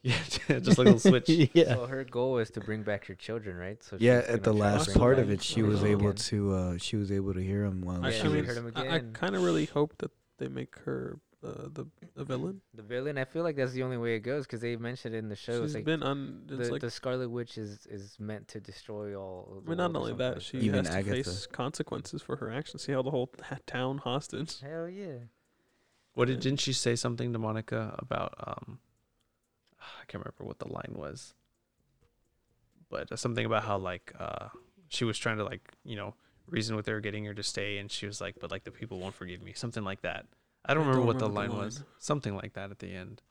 Yeah, just like a little switch.
yeah.
So her goal is to bring back your children, right? So
Yeah,
she's gonna
at the
try to
last
bring
part
back
of it, she
the
was
original
able
again.
to uh, she was able to hear him while
I
Yeah,
she
we
mean,
was-
heard him
I,
again.
kind of really hope that they make her uh, the the villain.
The villain, I feel like that's the only way it goes because they mentioned it in the show. It's
She's
like
been on.
the,
It's like
the Scarlet Witch is, is meant to destroy all. of
I
the
mean, not
world or
only
something
that,
like
she uh,
Even
has to
Agatha.
face consequences for her actions. She held the whole ha- town hostage.
Hell yeah.
What did didn't she say something to Monica about um I can't remember what the line was. But uh, something about how like uh she was trying to like, you know, reason with her getting her to stay and she was like, but like the people won't forgive me, something like that. I don't
I
remember
don't
what the
remember
line
the
was. Something like that at the end.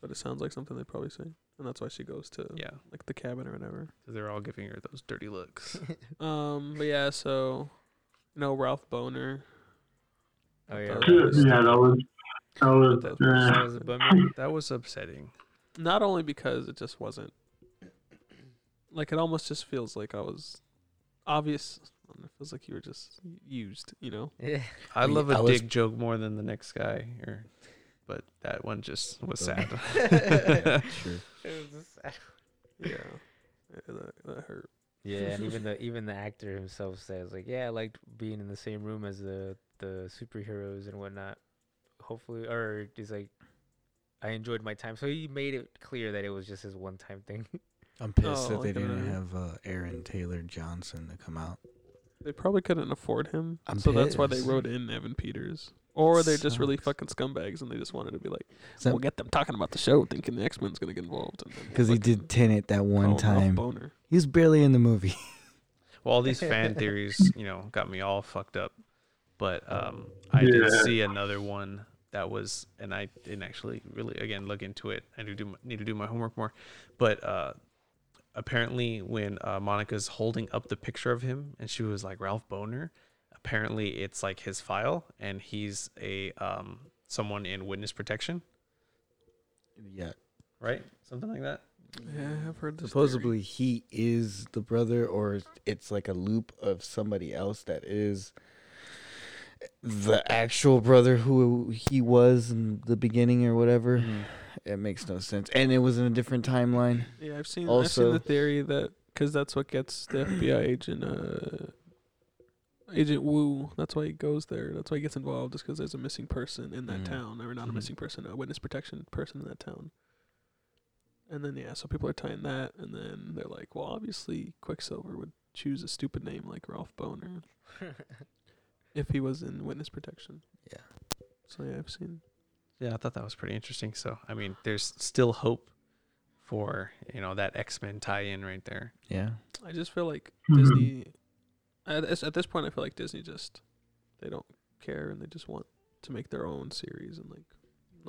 But it sounds like something they probably say, and that's why she goes to
Yeah.
like the cabin or whatever.
Cuz they're all giving her those dirty looks.
Um, but yeah, so you know Ralph Boner.
Oh,
I
yeah.
thought
right.
that was-
Yeah, that was that was.
That
Uh,
That was a bummer.
that was upsetting.
not only because it just wasn't like it almost just feels like I was obvious. I don't know, It feels like you were just used, you know.
Yeah.
I
I mean,
love a
I was-
dick joke more than the next guy or but that one just was sad.
Sure.
It was just-
Yeah, Yeah, that, that hurt.
Yeah, and even the even the actor himself says like, yeah, I liked being in the same room as the the superheroes and whatnot. Hopefully, or he's like, I enjoyed my time. So he made it clear that it was just his one time thing.
I'm pissed
Oh,
that they
like,
didn't
uh,
have uh, Aaron Taylor Johnson to come out.
They probably couldn't afford him,
I'm
so that's why they
pissed.
wrote in Evan Peters. Or they're just really
Sucks.
fucking scumbags, and they just wanted to be like,
So-
we'll get them talking about the show, thinking the X Men's gonna get involved. and then we'll
Because he
fucking
did Tenet that
call
one
him Ralph
time.
Boner.
He was barely in the movie.
Well, all these fan theories, you know, got me all fucked up. But um, I did
Yeah.
see another one that was, and I didn't actually really again look into it. I do, do my- need to do my homework more. But uh, apparently, when uh, Monica's holding up the picture of him, and she was like Ralph Boner, apparently it's like his file, and he's a um, someone in witness protection,
yeah.
right? Something like that.
Yeah, I've heard this.
Supposedly he is the brother, or it's like a loop of somebody else that is the actual brother who he was in the beginning or whatever.
Mm-hmm.
It makes no sense. And it was in a different timeline.
Yeah, I've seen. I've
Also-
seen the theory that because that's what gets the FBI agent, uh, Agent Wu. That's why he goes there. That's why he gets involved. Is because there's a missing person in that
Mhm.
town, or not a
Mhm.
missing person, a witness protection person in that town. And then yeah, so people are tying that, and then they're like, well, obviously Quicksilver would choose a stupid name like Ralph Boner if he was in witness protection.
Yeah.
So yeah, I've seen.
Yeah, I thought that was pretty interesting. So, I mean, there's still hope for you know that X Men tie-in right there.
Yeah.
I just feel like
Mhm.
Disney. At this, at this point, I feel like Disney just they don't care and they just want to make their own series and like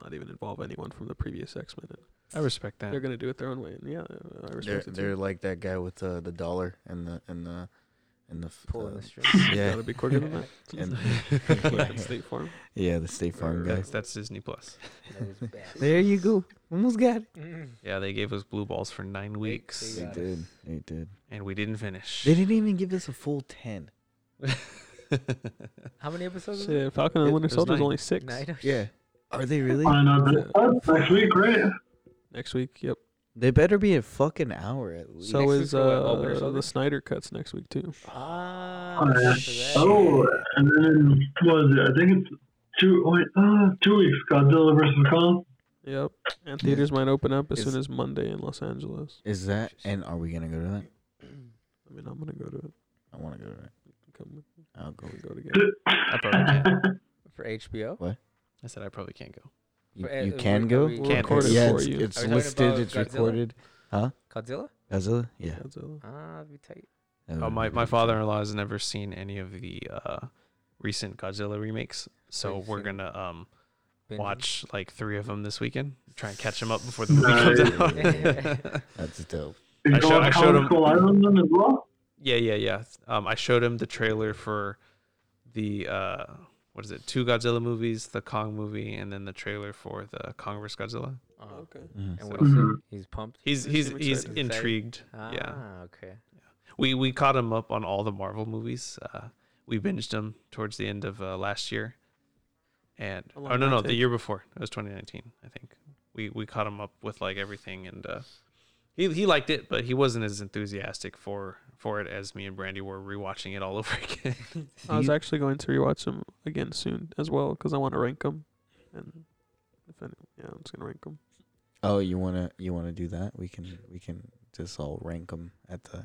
not even involve anyone from the previous X Men.
I respect that.
They're gonna do it their own way, and yeah, I
They're,
respect it.
they're like that guy with uh, the dollar and the and the and the f-
Pulling
uh,
the strings.
too.
yeah.
gotta be quicker than that.
and
Like State Farm.
yeah, the State Farm guy.
that's, that's Disney Plus.
There you go. Almost got it.
Yeah, they gave us blue balls for nine weeks,
they
They
got it.
did. They did.
and we didn't finish.
They didn't even give us a full ten.
How many episodes? was it?
Shit, Falcon and the
It-
Winter
there's
Soldier's
nine.
only six.
Nah, I don't-
Yeah. Are they really?
Why not this month? Next week, great.
Next week, yep.
They better be a fucking hour at least.
So
Next
is
week's what, all Winter
uh,
Soldier?
the Snyder cuts next week too.
Ah,
Oh, yeah.
shit.
Oh, and then was it? I think it's two. Wait, uh, two weeks. Godzilla versus Kong.
Yep. And theaters might open up as
Is-
soon as Monday in Los Angeles.
Is that and are we gonna go to that?
I mean, I'm gonna go to it.
I want to go to that.
Come,
I'll go.
come and go together.
I probably can't.
for HBO.
I said I probably can't go.
You,
For-
you
uh,
can
we-
go.
we-
We'll
Can't
record it
yeah,
for
it's,
you.
it's
Are we talking
listed.
about
It's
Godzilla?
recorded.
Godzilla.
Godzilla. Yeah.
Godzilla.
Ah, that'd be tight.
that
Oh,
would
my
be
my
really cool.
father-in-law has never seen any of the uh, recent Godzilla remakes, so
Have you
we're
seen
gonna um,
Been-
watch like three of them this weekend. Try and catch them up before the movie comes out.
That's dope.
You
I
call
showed-
it
I showed
Kong
him-
Skull Island then as well.
Yeah, yeah, yeah. Um, I showed him the trailer for the uh, what is it? Two Godzilla movies, the Kong movie, and then the trailer for the Kong vs Godzilla.
Uh,
Okay.
Mm-hmm.
and what he said,
Mhm.
he's pumped.
He's
Does
he's
seem
he's
excited.
intrigued.
Ah,
Yeah,
okay.
we we caught him up on all the Marvel movies. Uh, we binged them towards the end of uh, last year, and
How long
oh no
did it
no the
take?
year before it was 2019 I think. We we caught him up with like everything and uh, he he liked it, but he wasn't as enthusiastic for for it as me and Brandy were rewatching it all over again.
I was actually going to rewatch them again soon as well because I want to rank them, and if any, yeah, I'm just gonna rank them.
Oh, you wanna you wanna do that? We can we can just all rank them at the. uh,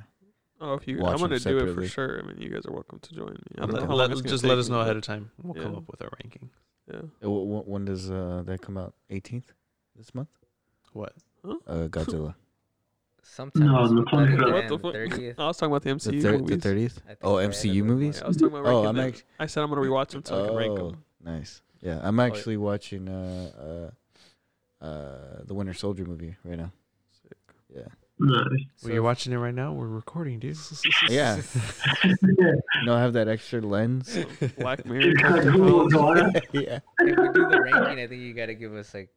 Oh, if you,
Watch
I'm
'em
gonna do it for
separately.
sure. I mean, you guys are welcome to join me. I don't
Okay.
know how
let,
long it's gonna
just let
take
us
me,
know ahead
but
of time. We'll come
Yeah.
up with our ranking.
Yeah,
Uh, wh- wh- When does uh, that come out? 18th this month.
What?
Uh, Godzilla.
Sometime
No,
this
the
week,
twenty
other
fifth.
What the
than
fuck?
30th.
I was talking about the MCU
the, thir- the
movies.
30th.
I think
Oh,
by the end
MCU
of the
movies?
Yeah, I
month.
was talking about
Oh,
ranking
I'm
them.
act-
I said I'm gonna rewatch them so I can rank
Oh,
them.
Nice. Yeah, I'm
Oh,
yeah.
actually watching uh, uh uh the Winter Soldier movie right now. Yeah.
Nice.
So
well, you're watching it right now. We're recording, dude.
Yeah. No, I have that extra lens.
Black Mirror.
It's
Captain
kinda cool,
Marvel.
so I-
yeah.
if we do the ranking, I think you got to give us like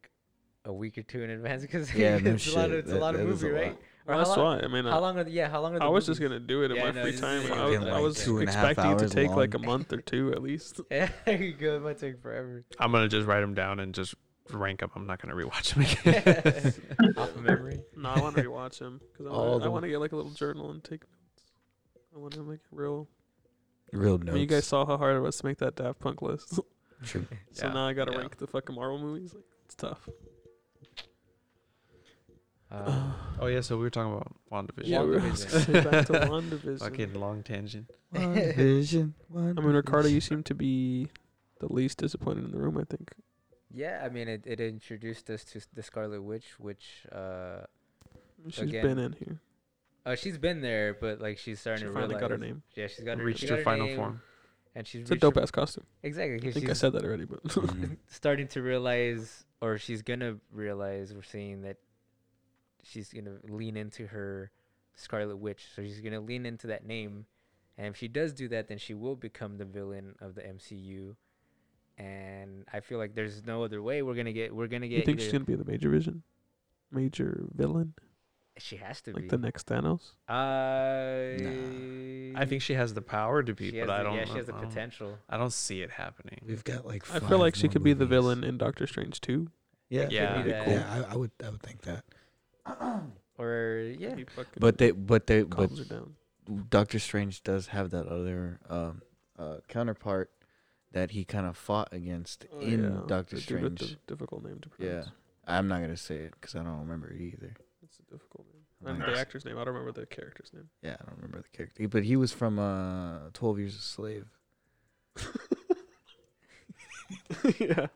a week or two in advance because
Yeah, no
it's a lot of
shit.
it's a
That-
lot of
that is
movie,
a lot.
right? Or
Well,
how
That's
long?
why. I mean,
How
I,
long are the yeah? How long are the
I was just
movies?
gonna do it in
Yeah,
my
I know,
free
this
time.
is
I was,
even
I
like
was
two and a half
expecting to
hours
take like a
long.
month or two at least.
Yeah, there you go. It might take forever.
I'm gonna just write them down and just rank them. I'm not gonna rewatch them again.
Off of memory.
No, I want to rewatch them because
All
I
the-
want to get like a little journal and take notes. I want to make it real.
Real
I
notes.
mean, you guys saw how hard it was to make that Daft Punk list, so
True.
Yeah,
now I gotta
yeah.
rank the fucking Marvel movies. Like, it's tough.
Uh,
oh yeah, so we were talking about WandaVision.
Yeah,
we were
WandaVision.
back to WandaVision.
Fucking long tangent.
Vision.
I mean, Ricardo, you seem to be the least disappointed in the room. I think.
yeah, I mean, it, it introduced us to s- the Scarlet Witch, which uh,
She's
Again,
been in here.
uh, she's been there, but like she's starting
She
to
finally
realize.
got her name.
Yeah, she's got her.
Reached
she got
her final
name,
form.
and she's
It's a
reached her-
dope ass costume.
Exactly. 'cause
I think I
she's-
said that already, but
Mm-hmm.
starting to realize, or she's gonna realize, we're seeing that she's gonna lean into her Scarlet Witch. So she's gonna lean into that name, and if she does do that, then she will become the villain of the MCU. And I feel like there's no other way we're gonna get. We're gonna get.
you think she's
either-
gonna be the major vision, major villain?
She has to
Like
be.
the next Thanos.
I.
I think she has the power to be,
she has
but I
the-
don't.
Yeah, she has the
I don't-
potential.
I don't see it happening.
We've got like.
I feel
five
like she
more
could be the
movies.
villain in Doctor Strange too.
Yeah.
Yeah.
Could be that.
Yeah, I, I would. I would think that.
Or yeah,
He fucking
But they, but they, but
calms her down.
Doctor Strange does have that other um, uh, counterpart that he kind of fought against
Oh,
in
yeah.
Doctor
The dude with
Strange.
the difficult name to
yeah,
pronounce.
I'm not gonna say it because I don't remember it either.
It's a difficult name.
Oh,
I'm
And
not
the
gonna-
actor's name. I don't remember the character's name.
Yeah, I don't remember the character, but he was from uh, Twelve Years a Slave.
yeah.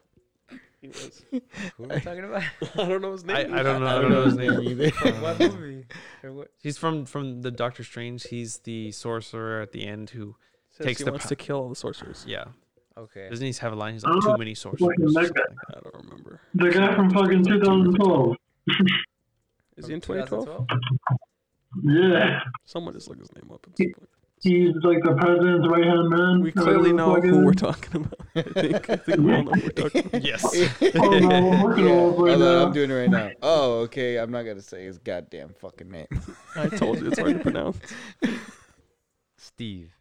He was.
who are we talking about?
I don't know his
I,
name.
I don't know. I don't know his name.
either.
what movie? Or what?
He's from from the Doctor Strange. He's the sorcerer at the end who.
Says
Takes
he
the
wants
po-
to kill all the sorcerers.
Yeah,
Okay.
doesn't he have a line? He's like
Uh,
too many sorcerers. or
that
something
guy.
like
I don't remember.
The guy from fucking 2012.
Is
From
he in 2012?
2012?
Yeah.
Someone just look his name up. At some point.
He's like the president's right hand man.
We clearly
Uh,
know who
fucking-
we're talking about. I think, I think we all know who we're talking
that.
about.
Yes.
Oh no, I'm working
Yeah,
on it right
hold on,
now.
I'm doing it right now. Oh, okay. I'm not gonna say his goddamn fucking name.
I told you it's hard to pronounce.
Steve.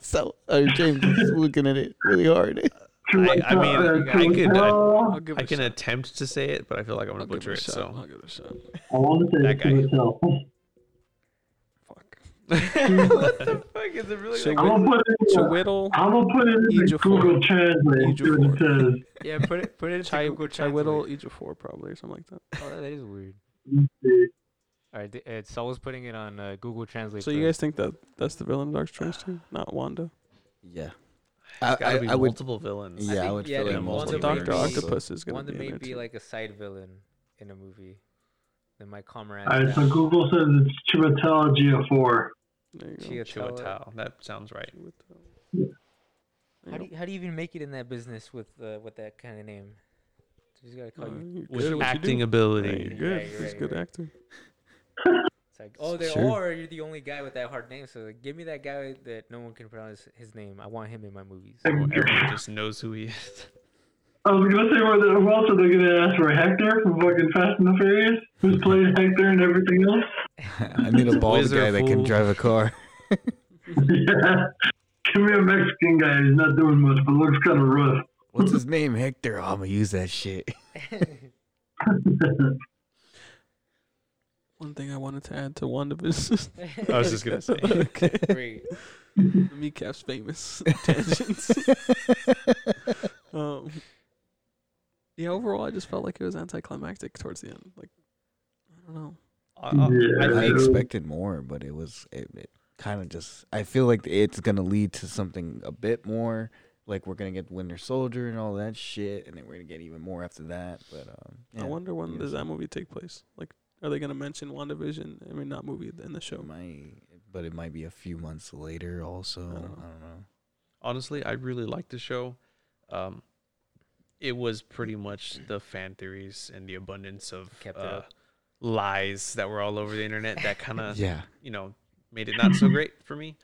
so, uh, James is looking at it really hard.
I, I mean, I could. I,
I,
I'll give it
I
a
can
shot.
attempt to say it, but I feel like I'm gonna
I'll give
butcher
it
it.
a shot.
So
I'll give it a shot.
I want to say
That
it
guy.
to myself.
Fuck.
what the fuck is it really?
So
Like?
I'm gonna put it. In,
Chiwetel
I'm gonna put it in the
Ejiofor.
Google Translate. See what it says.
Yeah, put it put it into
Chai,
Google
Chiwetel
Translate.
Ejiofor probably or something like that.
Oh, that is weird.
Let's see.
All right, th- uh, Saul's putting it on uh, Google Translate.
So you
first.
guys think that that's the villain of Doctor Strange too? Not Wanda.
Yeah.
it's
I,
gotta
I-
be
I would.
multiple villains.
I
Yeah, I,
think-
would
yeah,
feel
I
like
think
multiple
Multiple
Doctor
villains.
Octopus is gonna
Wanda
be
may
in there
be
too.
like a side villain in a movie, then Mike Comrade.
Alright, so Google says it's Chiwetel Ejiofor.
There you go.
Chiwetel. That sounds right.
Chiwetel.
Yeah.
How do you, how do you even make it in that business with uh, with that kind of name? You just gotta call you.
You're good at
With
what you
acting
do.
ability.
You're
Yeah, you're
good. He's
right,
good
you're right.
actor.
It's like, oh, they
Sure.
or you're the only guy with that hard name. So like, give me that guy that no one can pronounce his name. I want him in my movies.
So everyone just knows who he is.
I was gonna say where the, who else are they gonna ask for Hector from fucking Fast and the Furious, who's played Hector and everything else?
I need a bald
Wizard
guy that
fool.
can drive a car.
yeah. Give me a Mexican guy who's not doing much but looks kind of rough.
What's his name? Hector. Oh, I'm gonna use that shit.
One thing I wanted to add to WandaVision.
I was just gonna say.
okay.
Great.
Kneecap's famous tangents. um, yeah, overall, I just felt like it was anticlimactic towards the end. Like, I don't know.
I, I- I
Yeah.
I
think
expected more, but it was it, it kind of just. I feel like it's gonna lead to something a bit more. Like we're gonna get Winter Soldier and all that shit, and then we're gonna get even more after that. But um, yeah,
I wonder when
Yeah.
does that movie take place? Like, are they gonna mention WandaVision? I mean, not movie in the
it
show.
might, but it might be a few months later. Also, I
I
don't know.
don't know.
honestly, I really liked the show. Um, it was pretty much the fan theories and the abundance of
Kept it
uh,
up.
lies that were all over the internet that kind of
Yeah,
you know made it not so great for me.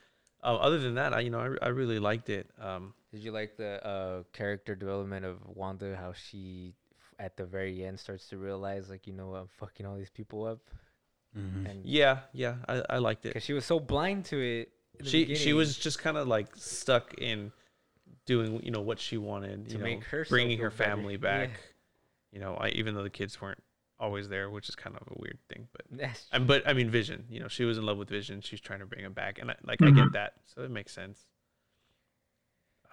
Uh, other than that, I you know I, I really liked it. Um,
Did you like the uh, character development of Wanda? How she f- at the very end starts to realize, like, you know, what, I'm fucking all these people up,
Mm-hmm.
Mm-hmm.
and
yeah, yeah, I, I liked it.
because she was so blind to it. in the
She she was
beginning,
just kind of like stuck in doing you know what she wanted
To
you know,
make herself
bringing
feel
her
better.
family
Yeah.
back. You know, I, even though the kids weren't always there, which is kind of a weird thing, but
That's
And but I mean, Vision. You know, she was in love with Vision. She's trying to bring him back, and I, like I get that, so it makes sense.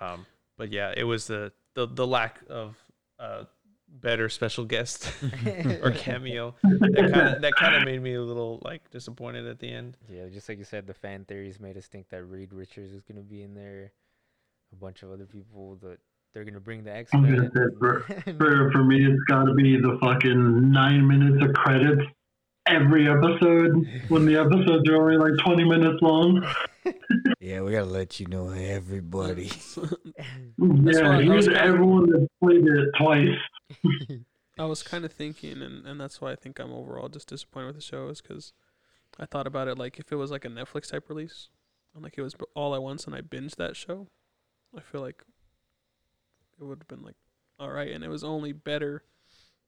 Um, but yeah, it was the the, the lack of uh better special guest or cameo that kind of that kind of made me a little like disappointed at the end.
Yeah, just like you said, the fan theories made us think that Reed Richards was gonna be in there, a bunch of other people that they're gonna bring the X
I'm gonna
Men.
say For, for me, it's gotta be the fucking nine minutes of credits every episode when the episodes are only like 20 minutes long.
yeah, we gotta let you know everybody.
what I
Yeah,
was
here's
kinda-
everyone that played it twice.
I was kind of thinking, and, and that's why I think I'm overall just disappointed with the show is because I thought about it like if it was like a Netflix type release, and like it was b- all at once, and I binged that show, I feel like it would have been like all right, and it was only better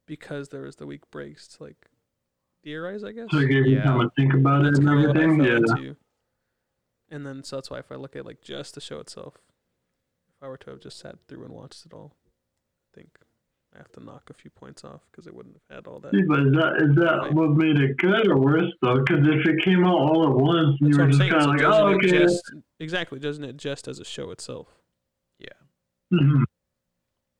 because there was the week breaks to like theorize, I guess.
So it gave you
Yeah.
time to think about it
That's
and
kinda what I
everything.
fell
Yeah.
into. And then so that's why if I look at like just the show itself, if I were to have just sat through and watched it all, I think I have to knock a few points off because I wouldn't have had all that.
See, but is that is that
Right.
what made it good or worse though? Because if it came out all at once,
That's
and you
what
were
I'm
just
saying.
kind of
so
like,
judging
oh,
it
okay.
just- exactly, doesn't it just as a show itself,
Mhm.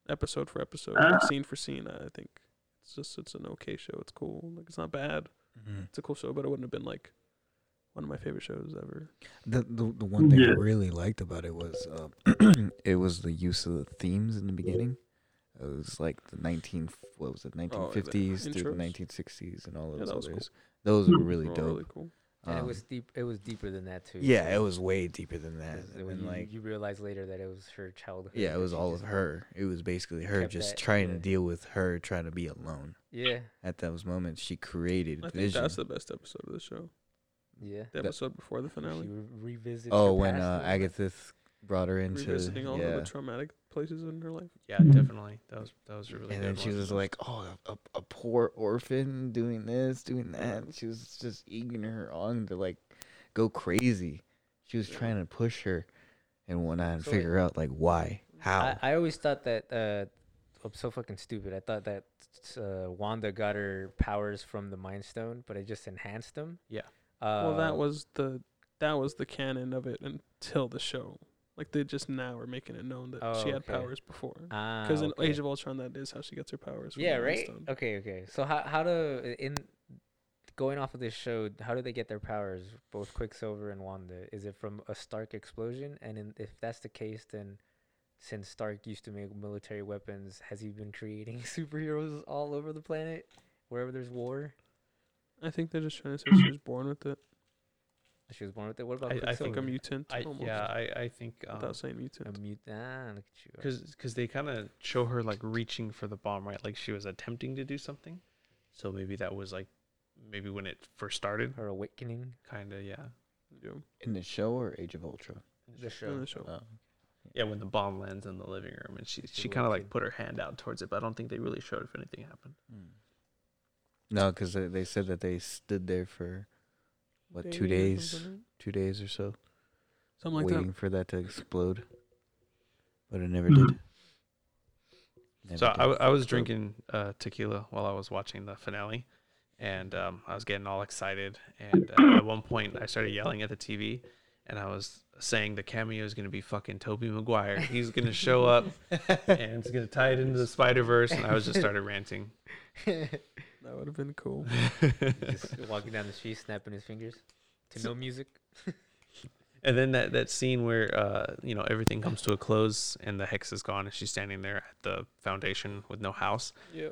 episode for episode,
Uh.
scene for scene? I think it's just it's an okay show. It's cool. Like it's not bad.
Mm-hmm.
It's a cool show, but it wouldn't have been like one of my favorite shows ever.
The, the the one thing
Yeah.
I really liked about it was uh, it was the use of the themes in the beginning. It was like the nineteen what was it nineteen fifties through
Oh, intros?
the nineteen sixties and all
Yeah,
those
that was cool.
others. Those were
Mm.
really
They're all
dope.
Really cool.
and it
Um,
was deep. It was deeper than that too.
yeah, it was way deeper than that.
'Cause
And
When you,
like
you realize later that it was her childhood.
yeah, it
that
was
she
all of
just-
her. It was basically her
kept
just
that-
trying to
yeah.
deal with her trying to be alone.
Yeah,
At those moments, she created
I think
vision.
that's the best episode of the show.
yeah.
The episode before the finale.
She re- revisits.
oh,
her
when
past a
uh,
little bit.
Agatha brought her into
revisiting all
yeah.
the traumatic places in her life.
Yeah, definitely. That was that was a really.
and
good
then she
one.
was like, "Oh, a, a- a poor orphan doing this, doing that." She was just egging her on to like go crazy. She was trying to push her and whatnot and
So, like,
figure out like why, how.
I, I always thought that uh, I'm so fucking stupid. I thought that uh, Wanda got her powers from the Mind Stone, but it just enhanced them.
Yeah.
Uh,
well, that was the that was the canon of it until the show. Like they just now are making it known that
Oh,
she had
okay.
powers before.
because
Because in Age of Ultron, that is how she gets her powers. From
ah, yeah,
the
right.
Moonstone.
Okay, okay. So how how do in going off of this show, how do they get their powers? Both Quicksilver and Wanda. Is it from a Stark explosion? And in, if that's the case, then since Stark used to make military weapons, has he been creating superheroes all over the planet? Wherever there's war,
I think they're just trying to say she was born with it,
she was born with it. What about
I- I
Quicksilver?
think
like a
I'm
mutant.
I,
almost,
yeah, I I think
without
um,
saying mutant.
A mute. Ah, look at you. uh,
because because they kind of show her like reaching for the bomb right like she was attempting to do something so maybe that was like maybe when it first started
Her awakening.
kind of yeah
Yeah.
in the show or Age of Ultron?
The
In
show.
the show.
Oh.
yeah when the bomb lands in the living room and she she
little
kind of like
kid.
put her hand out towards it but i don't think they really showed if anything happened
No, because they, they said that they stood there for what two
Day or
days,
something, right?
two days or so,
Something like
waiting
that.
for that to explode, but it never
Mhm.
did. Never
so
did.
I, w- I was drinking uh, tequila while i was watching the finale and um, i was getting all excited and uh, at one point i started yelling at the tv and i was saying the cameo is going to be fucking toby maguire he's going to show up and it's gonna tie it into the Spider Verse, and I was just started ranting.
That would have been cool.
Just walking down the street, snapping his fingers to no music.
And then that, that scene where uh, you know everything comes to a close and the hex is gone, and she's standing there at the foundation with no house.
yeah.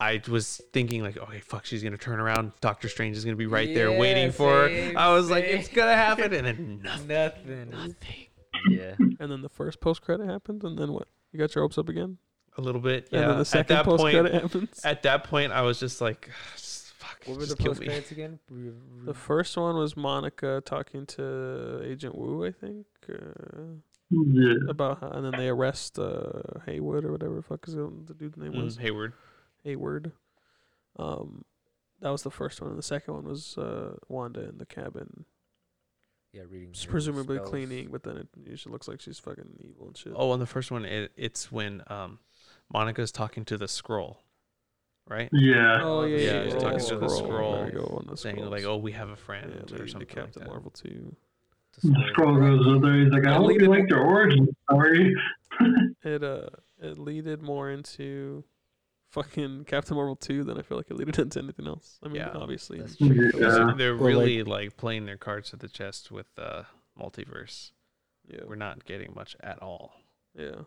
I was thinking like, okay, fuck, she's gonna turn around. Doctor Strange is gonna be right there waiting
Yeah,
for her.
same,
I was like,
same.
it's gonna happen, and then nothing.
Nothing. Yeah.
And then the first post credit happens, and then what? You got your hopes up again.
A little bit,
and then
yeah.
the
At
second
that
post
point,
credit happens.
at that point, I was just like, just, fuck,
What were the
just kill
post
me.
credits again? Re- re-
The
Mm.
first one was Monica talking to Agent Wu, I think, uh,
Yeah.
about how, and then they arrest uh, Haywood or whatever the fuck is the dude's name
Mm,
was
Hayward.
Hayward. Um, that was the first one, and the second one was uh, Wanda in the cabin,
yeah, reading.
s-
her
presumably
spells.
cleaning, but then it, she looks like she's fucking evil and shit.
Oh, on the first one, it, it's when um, Monica's talking to the scroll, right?
Yeah.
Oh, yeah,
yeah,
yeah,
she's
yeah,
talking
yeah,
to the
There
scroll,
you go, on the
Saying like,
scrolls.
"Oh, we have a
yeah,
friend" or
leading to
something like
Captain
that.
Marvel too.
The
The scroll goes up there. He's like, I
At
hope
least-
you like their origin story.
it uh it leaded more into fucking Captain Marvel 2 than I feel like it leaded into anything else. I mean,
Yeah.
obviously.
That's
in-
true.
yeah.
Yeah.
They're
Or, like-
really like, playing their cards to the chest with uh, multiverse. We're not getting much at all.
yeah.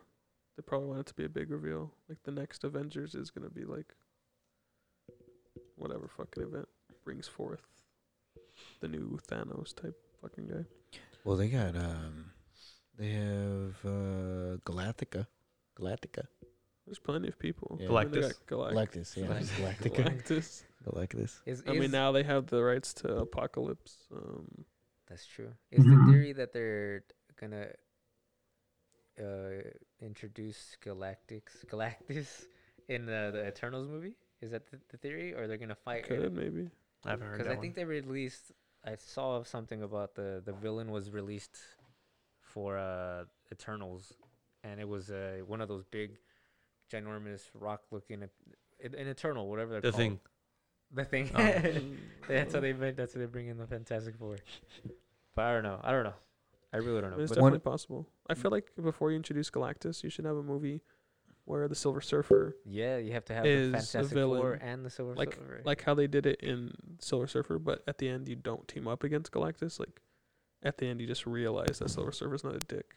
They probably want it to be a big reveal. Like the next Avengers is going to be like whatever fucking event brings forth the new Thanos type fucking guy.
Well, they got um, they have uh, Galactica, Galactica,
There's plenty of people.
Yeah.
I mean, they
Galactus.
got Galact-
Galactus, yeah, Galactica,
Galactus.
Galactus.
Is,
I mean,
is-
now they have the rights to Apocalypse. Um,
that's true. Is the
Mhm.
theory that they're gonna uh, introduce Galactics, Galactus in the, the Eternals movie? Is that the, the theory, or they're gonna fight?
could maybe.
I haven't heard
Because
that
I
one.
think they released. I saw something about the the villain was released for uh Eternals, and it was uh one of those big, ginormous rock looking an Eternal, whatever they're
the
called.
thing.
The thing.
Um,
Oh.
that's how they made. That's how they bring in the Fantastic Four. But I don't know. I don't know. I really don't know.
It's
But Mm.
definitely possible. I feel like before you introduce Galactus, you should have a movie where the Silver Surfer,
yeah, you have to have
is
the
a
Fantastic Four
villain.
and the Silver
like
Surfer.
like how they did it in Silver Surfer, but at the end you don't team up against Galactus. Like at the end you just realize that Silver Surfer's not a dick,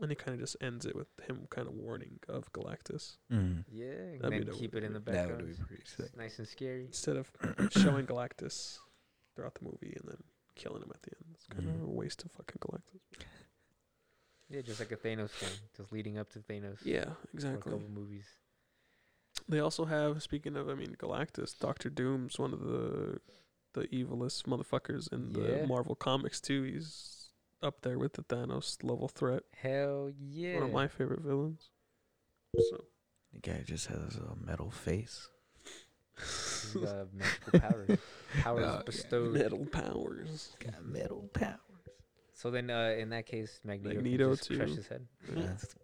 and he kind of just ends it with him kind of warning of Galactus
yeah, and
that'd be
then
dope.
keep it in the
That would be
background.
pretty sick.
It's nice and scary.
instead of showing Galactus throughout the movie and then killing him at the end. It's kind
Mm-hmm.
of a waste of fucking Galactus.
Yeah, just like a Thanos thing, just leading up to Thanos.
Yeah,
for a
exactly.
couple movies.
They also have, speaking of, I mean, Galactus, Doctor Doom's one of the the evilest motherfuckers in the
Yeah.
Marvel comics too. He's up there with the Thanos level threat.
Hell yeah.
One of my favorite villains. So
The guy just has a metal face.
He's got magical powers. Powers
Oh, yeah.
bestowed.
metal powers.
Got metal power.
So then, uh, in that case, Magneto, can
Magneto
just crush
too.
his head.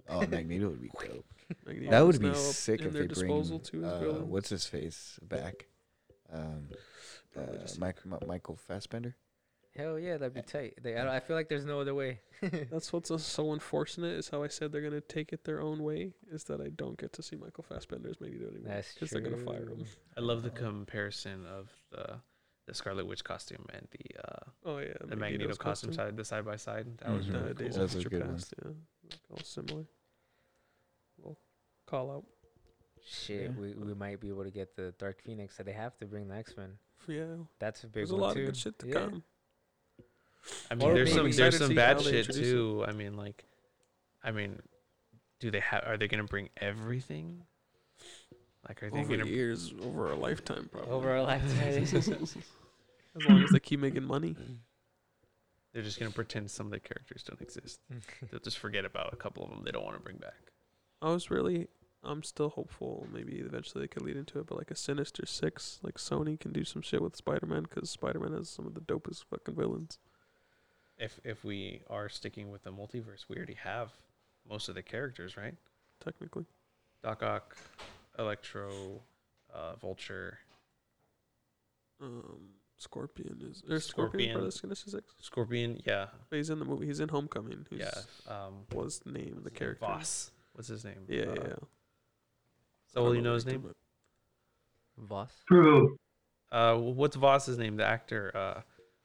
Oh, Magneto would be dope.
Magneto
That
is
would be
now up
sick
in
if
their
they
disposal
bring
too. as
uh,
villain.
what's his face back. Um, uh,
Probably just-
Mike, Mi- Michael Fassbender.
Hell yeah, that'd be tight. They, I, don't- I feel like there's no other way.
That's what's uh, so unfortunate is how I said they're gonna take it their own way. Is that I don't get to see Michael Fassbender as Magneto anymore
That's
because they're gonna fire
true.
him.
I love the comparison of the the Scarlet Witch costume and the uh,
Oh yeah,
the Magneto
Magneto's
costume side the side by side. That was
Mhm.
Uh,
really
Days
cool.
of
That's a
Future
good one.
Past, yeah, like all similar. Little call out.
Shit, we, we might be able to get the Dark Phoenix. So they have to bring the X Men.
Yeah,
That's a big
there's a
one
lot
too.
of good shit to
yeah.
come.
I
Or
mean, there's
maybe-
some
Excited
there's
to
some
see
bad
how they
shit
introduce it.
too. I mean, like, I mean, do they have? Are they gonna bring everything? Like, are they
Over
gonna?
years, over a lifetime, probably.
Over our lifetime.
as long as they keep making money.
They're just gonna pretend some of the characters don't exist. They'll just forget about a couple of them. They don't want to bring back.
I was really, I'm still hopeful. Maybe eventually they could lead into it, but like a Sinister Six, like Sony can do some shit with Spider-Man because Spider-Man has some of the dopest fucking villains.
If if we are sticking with the multiverse, we already have most of the characters, right?
Technically,
Doc Ock, Electro, uh, Vulture,
um, Scorpion is or Scorpion, part of
Scorpion.
the Sinister Six.
Scorpion. Yeah,
But he's in the movie. He's in Homecoming. Who's,
yeah. Um,
Was the name of the character?
Voss. What's his name?
Yeah,
Uh,
yeah. yeah.
Is that all you know his name?
Voss.
True.
Uh, wh- what's Voss's name? The actor. Uh,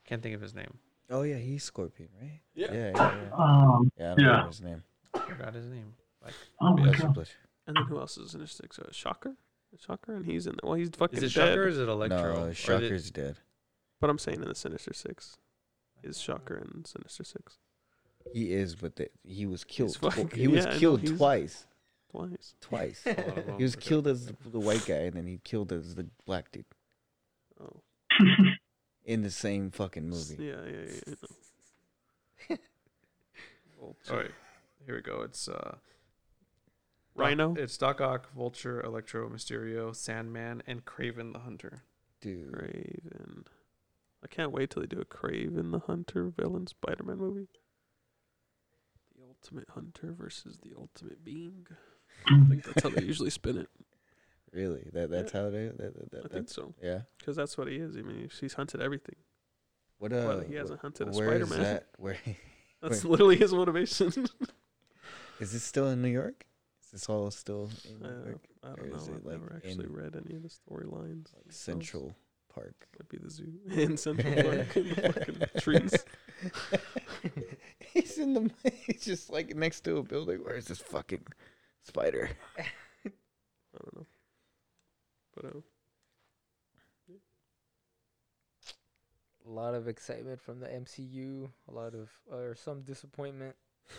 can't think of his name.
Oh yeah, he's Scorpion, right?
Yeah.
Yeah, yeah. yeah.
Um,
Yeah, I don't
Yeah.
know his name.
Forgot his name. Like,
oh my
Yeah, it's a
God.
blush.
And then who else is in his six? Uh, Shocker? Shocker? And he's in Well, he's fucking
is it
dead.
Shocker or is it Electro? Or
No, uh,
is it-
Shocker's dead.
But I'm saying in the Sinister Six. Is Shocker in Sinister Six?
He is, but the, he was killed. twi-
fucking-
he was
yeah, I know,
killed
he's-
twice.
Twice.
Twice.
a lot of them
he was
forgot.
killed as the, the white guy, and then he killed as the black dude
Oh.
in the same fucking
s-
movie.
Yeah, yeah, yeah. yeah. Vulture.
All right, here we go. It's uh, Doc-
Rhino?
It's Doc Ock, Vulture, Electro, Mysterio, Sandman, and Craven the Hunter.
Dude,
Craven. I can't wait till they do a Craven the Hunter villain Spider Man movie. The Ultimate Hunter versus the Ultimate Being. I think that's how they usually spin it.
really? That that's how they. That, that,
I
that,
think
that's
so.
yeah.
Because that's what he is. I mean, he's hunted everything.
What? Uh,
Well, he hasn't hunted a
wh- where
Spider
is
Man.
that? Where
That's
Wait.
literally his motivation.
is this still in New York? Is this all still in
Uh,
New York?
I
Or
don't know.
is it,
I've
like,
never actually
in,
read any of the storylines.
Like Central Park.
Might be the zoo in Central Park. in the fucking trees.
he's in the. He's just like next to a building. Where is this fucking spider?
I don't know. But uh,
A lot of excitement from the MCU. A lot of or some disappointment.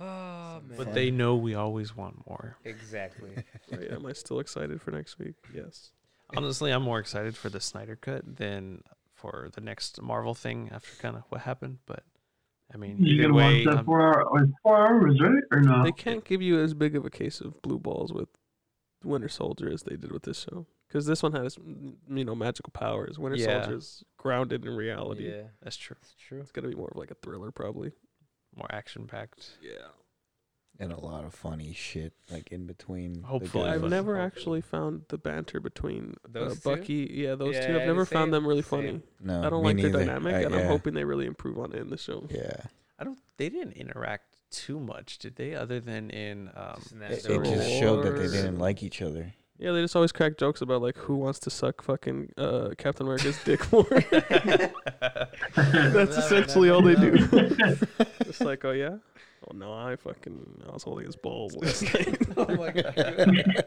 Oh man.
But they know we always want more.
exactly.
right, am I still excited for next week? Yes.
Honestly, I'm more excited for the Snyder cut than for the next Marvel thing after kind of what happened. But I mean,
You
either
can watch
way,
that
um,
I'm-
four hour, it's four hours, right? Or no?
They can't give you as big of a case of blue balls with Winter Soldier as they did with this show. because this one has you know magical powers. Winter
Yeah.
Soldier's grounded in reality.
Yeah,
That's true.
it's true.
It's gonna be more of like a thriller, probably.
More action packed.
Yeah.
and a lot of funny shit like in between. the
Hopefully.
guys.
I've
fun.
never actually found the banter between uh,
Those two?
Bucky. Yeah, those two.
Yeah,
I've never found
same-
them really
same.
funny.
No,
I don't
Uh, me
like
neither.
their dynamic,
I-
and I'm
yeah.
hoping they really improve on it in the show.
Yeah,
I don't. They didn't interact too much, did they? Other than in um,
Just in
it,
that
it just showed that they
Or-
didn't like each other.
Yeah, they just always crack jokes about like who wants to suck fucking uh, Captain America's dick more. That's essentially all they do. it's like, oh yeah, oh no, I fucking I was holding his balls last night.
oh my god.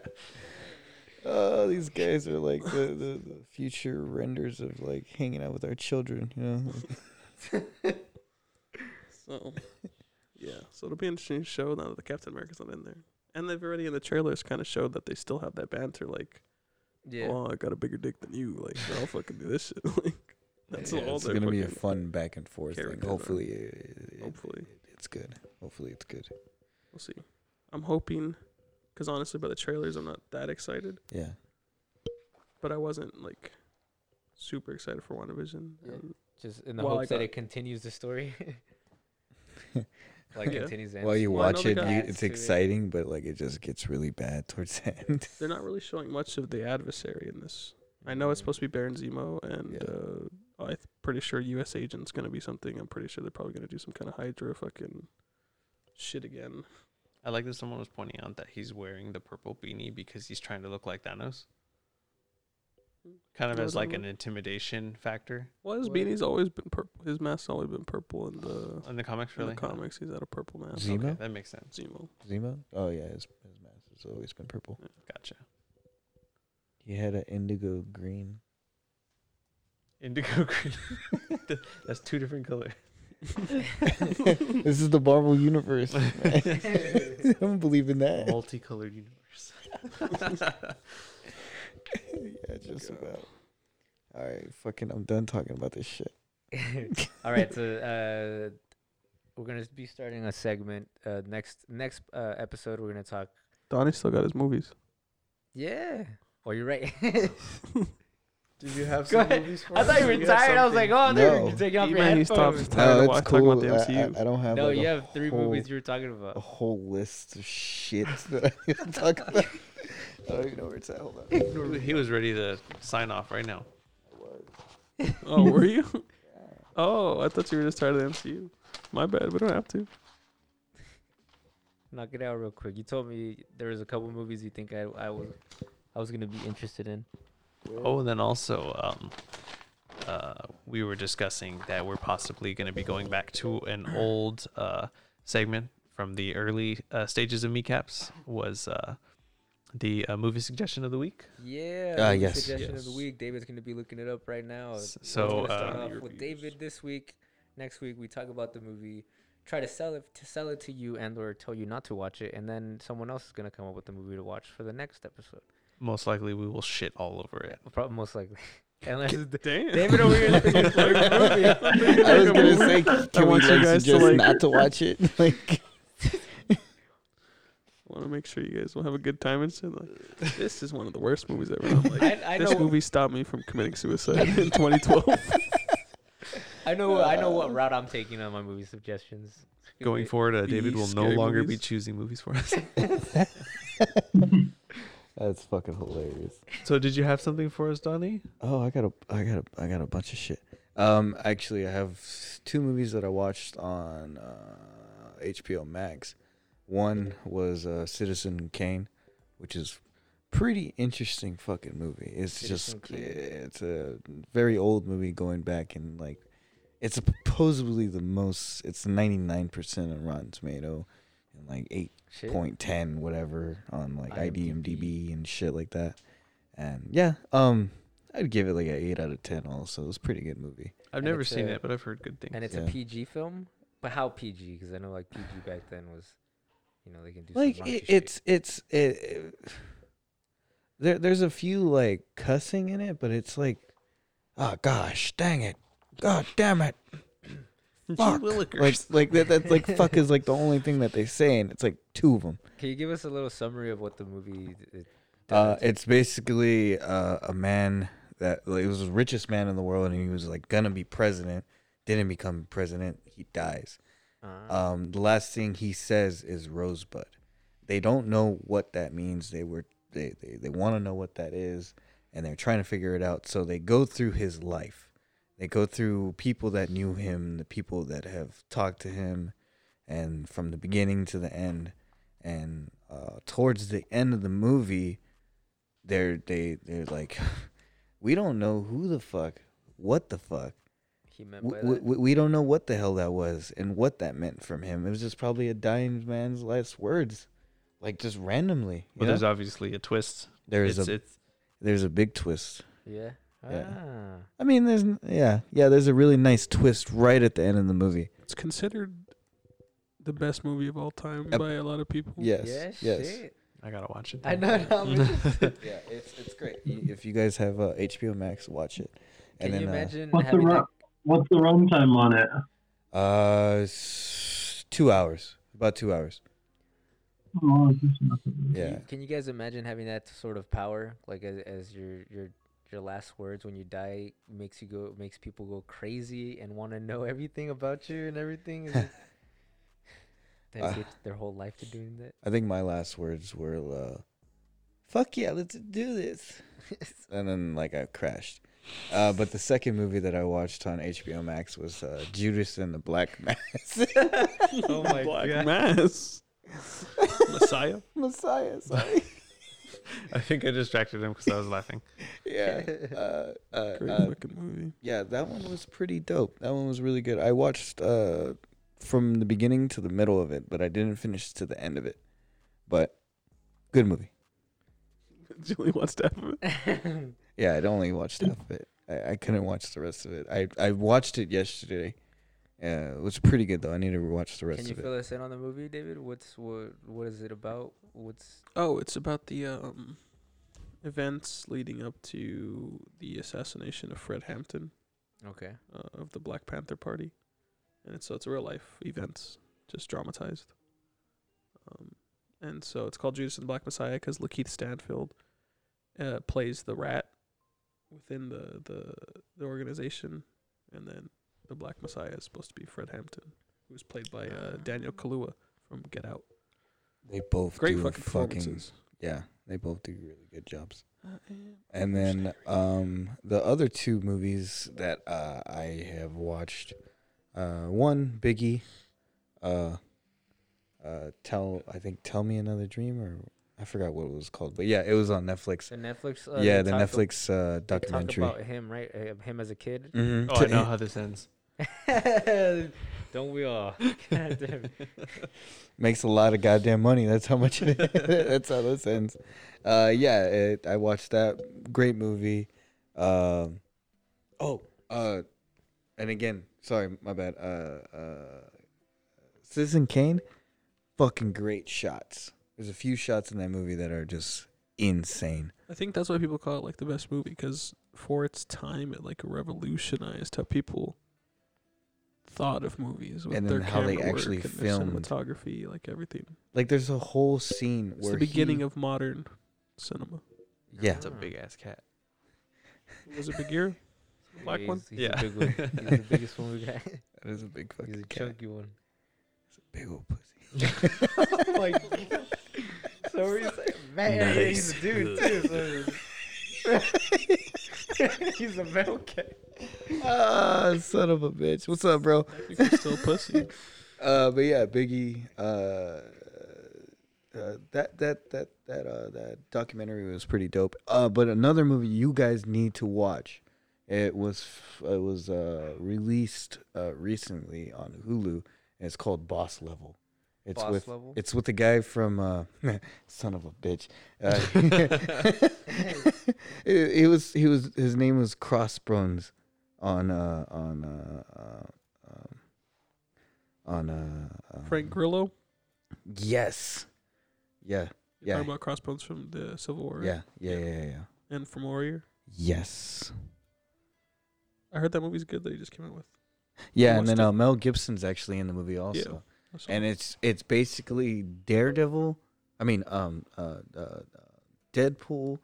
Oh, these guys are like the, the, the future renders of like hanging out with our children. You know,
So yeah, so it'll be an interesting show now that the Captain America's not in there, and they've already in the trailers kind of showed that they still have that banter like,
Yeah.
oh I got a bigger dick than you, like I'll fucking do this shit. like that's all.
it's
they're
gonna be a
fucking-
fun back and forth thing.
characters are-
Hopefully, it, it-
Hopefully.
it's good. Hopefully, it's good.
We'll see. I'm hoping, because honestly, by the trailers, I'm not that excited.
Yeah,
But I wasn't like super excited for WandaVision.
Yeah.
And
Just in the
Well, I
hopes that
got-
it continues the story. like
Yeah.
continues. the
while you
Well, I know
watch
they
it,
got
you,
ads
it's
to it.
exciting, but like it just gets really bad towards the end.
they're not really showing much of the adversary in this. I know it's
Mm.
supposed to be Baron Zemo, and uh, I'm pretty sure U.S. Agent's going to be something. I'm pretty sure they're probably going to do some kind of Hydra fucking shit again.
I like that someone was pointing out that he's wearing the purple beanie because he's trying to look like Thanos. Kind of
No,
as
I
like
don't
an intimidation factor
Well, his
What?
beanie's always been purple. His mask's always been purple in the,
in the comics,
in
really.
the comics. He's had a purple mask.
Zemo?
Okay, that makes sense.
Zemo.
Zemo? Oh yeah, his his mask has always been purple.
Gotcha.
He had an indigo green.
Indigo green. Th- That's two different colors.
this is the Marvel universe. I don't believe in that.
Multicolored universe.
yeah, just about. All right, fucking, I'm done talking about this shit.
All right, so uh, we're gonna be starting a segment uh, next next uh, episode. We're gonna talk.
Donnie still got his movies.
Yeah. Oh, you're right.
Did you have
Go ahead. I thought you were tired. I was like, oh, dude,
No.
you're taking off your
He stopped
headphones.
tired of
no,
wa-
it's
talking
cool.
about the
I- I,
MCU.
I, don't have.
No,
like,
you
a
have three
whole,
movies you were talking
A
about.
whole list of shit that I need to talk about. I don't even know where it's at. Hold on.
oh.
He was ready to sign off right now.
Oh, were you? Oh, I thought you were just tired of the MCU. My bad. We don't have to.
Knock it out real quick. You told me there was a couple movies you think I I was I was gonna be interested in.
Oh, and then also, um, uh, we were discussing that we're possibly going to be going back to an old uh, segment from the early uh, stages of Mecaps was uh, the uh, movie suggestion of the week.
Yeah.
Ah,
movie
yes.
Suggestion of the
Yes.
week. David's gonna be looking it up right now.
S-
We're
so,
gonna start
uh,
off with David this week. Next week we talk about the movie, try to sell it to sell it to you and or tell you not to watch it, and then someone else is gonna come up with the movie to watch for the next episode.
Most likely, we will shit all over it.
Probably most likely. Unless
Damn.
David over here is thinking it's like a movie.
I was gonna say, can we
want you
like
guys to,
suggest
like-
not to watch it? Like,
I want to make sure you guys will have a good time and shit. Like, this is one of the worst movies ever. I'm like,
I, I
this
know.
movie stopped me from committing suicide in 2012.
I know. I know
Uh,
what route I'm taking on my movie suggestions.
Going forward, uh, David
Be
will no
scary
longer be
movies.
choosing movies for us.
that's fucking hilarious.
so, did you have something for us, Donnie?
Oh, I got a, I got a, I got a bunch of shit. Um, actually, I have two movies that I watched on uh, HBO Max. One was uh, Citizen Kane, which is pretty interesting fucking movie. It's
Citizen
just,
Kane.
it's a very old movie going back and like, it's supposedly the most. It's ninety nine percent on Rotten Tomato, and like eight
Shit.
point ten whatever on like
IMDb.
IDMDB and shit like that. And yeah, um, I'd give it like an eight out of ten. Also, it was a pretty good movie.
I've
And
never
it's
seen
a-
it, but I've heard good things.
And it's a
Yeah.
PG film, but how PG? Because I know like PG back then was, you know, they can do some
Like
raunchy
it,
shit.
it's it's it, it- There, there's a few like cussing in it, but it's like, oh gosh, dang it, god damn it, fuck. Like,
Willikers.
like that, that's like fuck is like the only thing that they say, and it's like two of them.
Can you give us a little summary of what the movie? It,
Uh, it's basically uh, a man that like, it was the richest man in the world, and he was like gonna be president. Didn't become president. He dies.
Uh,
Um, the last thing he says is Rosebud. They don't know what that means. They were they they, they want to know what that is, and they're trying to figure it out. So they go through his life. They go through people that knew him, the people that have talked to him, and from the beginning to the end. And uh, towards the end of the movie, they're they they're like, we don't know who the fuck, what the fuck
He meant by
we,
that.
we, we don't know what the hell that was and what that meant from him. It was just probably a dying man's last words, like just randomly.
But
But
there's obviously a twist.
There is
it's,
a
it's,
there's a big twist.
Yeah. Ah.
I mean, there's n- yeah yeah there's a really nice twist right at the end of the movie.
It's considered the best movie of all time
Ep-
by a lot of people.
Yes
Yeah,
yes
shit.
I gotta watch it.
I know how much.
yeah it's it's great. If you guys have uh, HBO Max, watch it.
Can
and then,
you imagine
What's the
having
ru-
like,
What's the runtime on it?
Uh,
Oh,
uh s- two hours, about two hours.
Oh, it's just nothing.
Yeah.
Can you guys imagine having that sort of power, like as, as your your your last words when you die makes you go makes people go crazy and want to know everything about you and everything. Is it- Dedicate
Uh,
their whole life to doing that.
I think my last words were, uh, "Fuck yeah, let's do this," and then like I crashed. Uh, but the second movie that I watched on HBO Max was uh, Judas and the Black Mass.
oh my
Black
god!
Mass. Messiah.
Messiah, sorry.
I think I distracted him because I was laughing.
yeah, uh, uh,
Great
uh,
fucking movie.
yeah, that one was pretty dope. That one was really good. I watched uh, from the beginning to the middle of it, but I didn't finish to the end of it. But good movie.
Julie wants to have it.
Yeah, I'd only watched half of it. I, I couldn't watch the rest of it. I, I watched it yesterday. Uh, it was pretty good though. I need to rewatch the rest
Can you
of it.
fill us in on the movie, David? What's what? What is it about? What's
Oh, it's about the um events leading up to the assassination of Fred Hampton
okay?
uh, of the Black Panther Party, and it's, so it's real life events just dramatized. Um, and so it's called Judas and the Black Messiah because Lakeith Stanfield uh, plays the rat within the, the the organization, and then the Black Messiah is supposed to be Fred Hampton, who's played by uh, Daniel Kaluuya from Get Out.
They both
Great
do
fucking
fucking
performances.
yeah. They both do really good jobs.
I am
And then um, the other two movies that uh, I have watched, uh, one Biggie, uh, uh, tell I think Tell Me Another Dream or I forgot what it was called, but yeah, it was on Netflix.
The Netflix. Uh,
yeah,
they
the
talk ab-
Netflix uh,
they
documentary.
Talk about him, right? Uh, him as a kid.
Mhm.
Oh, I know how this ends.
Mm.
Don't we all? God damn it.
makes a lot of goddamn money. That's how much. It, that's how this ends. Uh, yeah, it, I watched that great movie. Um, oh, uh, and again, sorry, my bad. Uh, uh, Citizen Kane, fucking great shots. There's a few shots in that movie that are just insane.
I think that's why people call it like the best movie because for its time, it like revolutionized how people thought of movies with
And
their
then how they
camera work
actually
and their
filmed.
cinematography, like everything.
Like, there's a whole scene
It's
where
the beginning
he,
of modern cinema.
yeah,
It's a big ass cat.
Was it Big Ear? Black
he's,
one?
He's
Yeah.
the big one. He's the biggest one we got.
that is a big
He's
fucking
a
cat.
chunky one.
Big old pussy.
like, so we're just like, man, yeah, he's a dude too. So he's a metal cat.
Ah, son of a bitch. What's up, bro?
You can still pussy.
Uh, but yeah, Biggie. Uh, uh, that that that that uh, that documentary was pretty dope. Uh, but another movie you guys need to watch. It was f- it was uh, released uh, recently on Hulu, and it's called Boss Level. It's
Boss
with
Level?
it's with the guy from uh, son of a bitch. Uh, it, it was he was his name was Crossbones on uh, on uh, uh, um, on uh, um,
Frank Grillo.
Yes. Yeah.
Yeah.
Yeah.
Talking about crossbones from the Civil War
Yeah. Yeah. Yeah. Yeah. yeah.
and from Warrior.
Yes.
I heard that movie's good that he just came out with.
Yeah, and
watched
then
it?
uh, Mel Gibson's actually in the movie also,
I saw
and
it.
it's it's basically Daredevil. I mean, um, uh, uh, uh Deadpool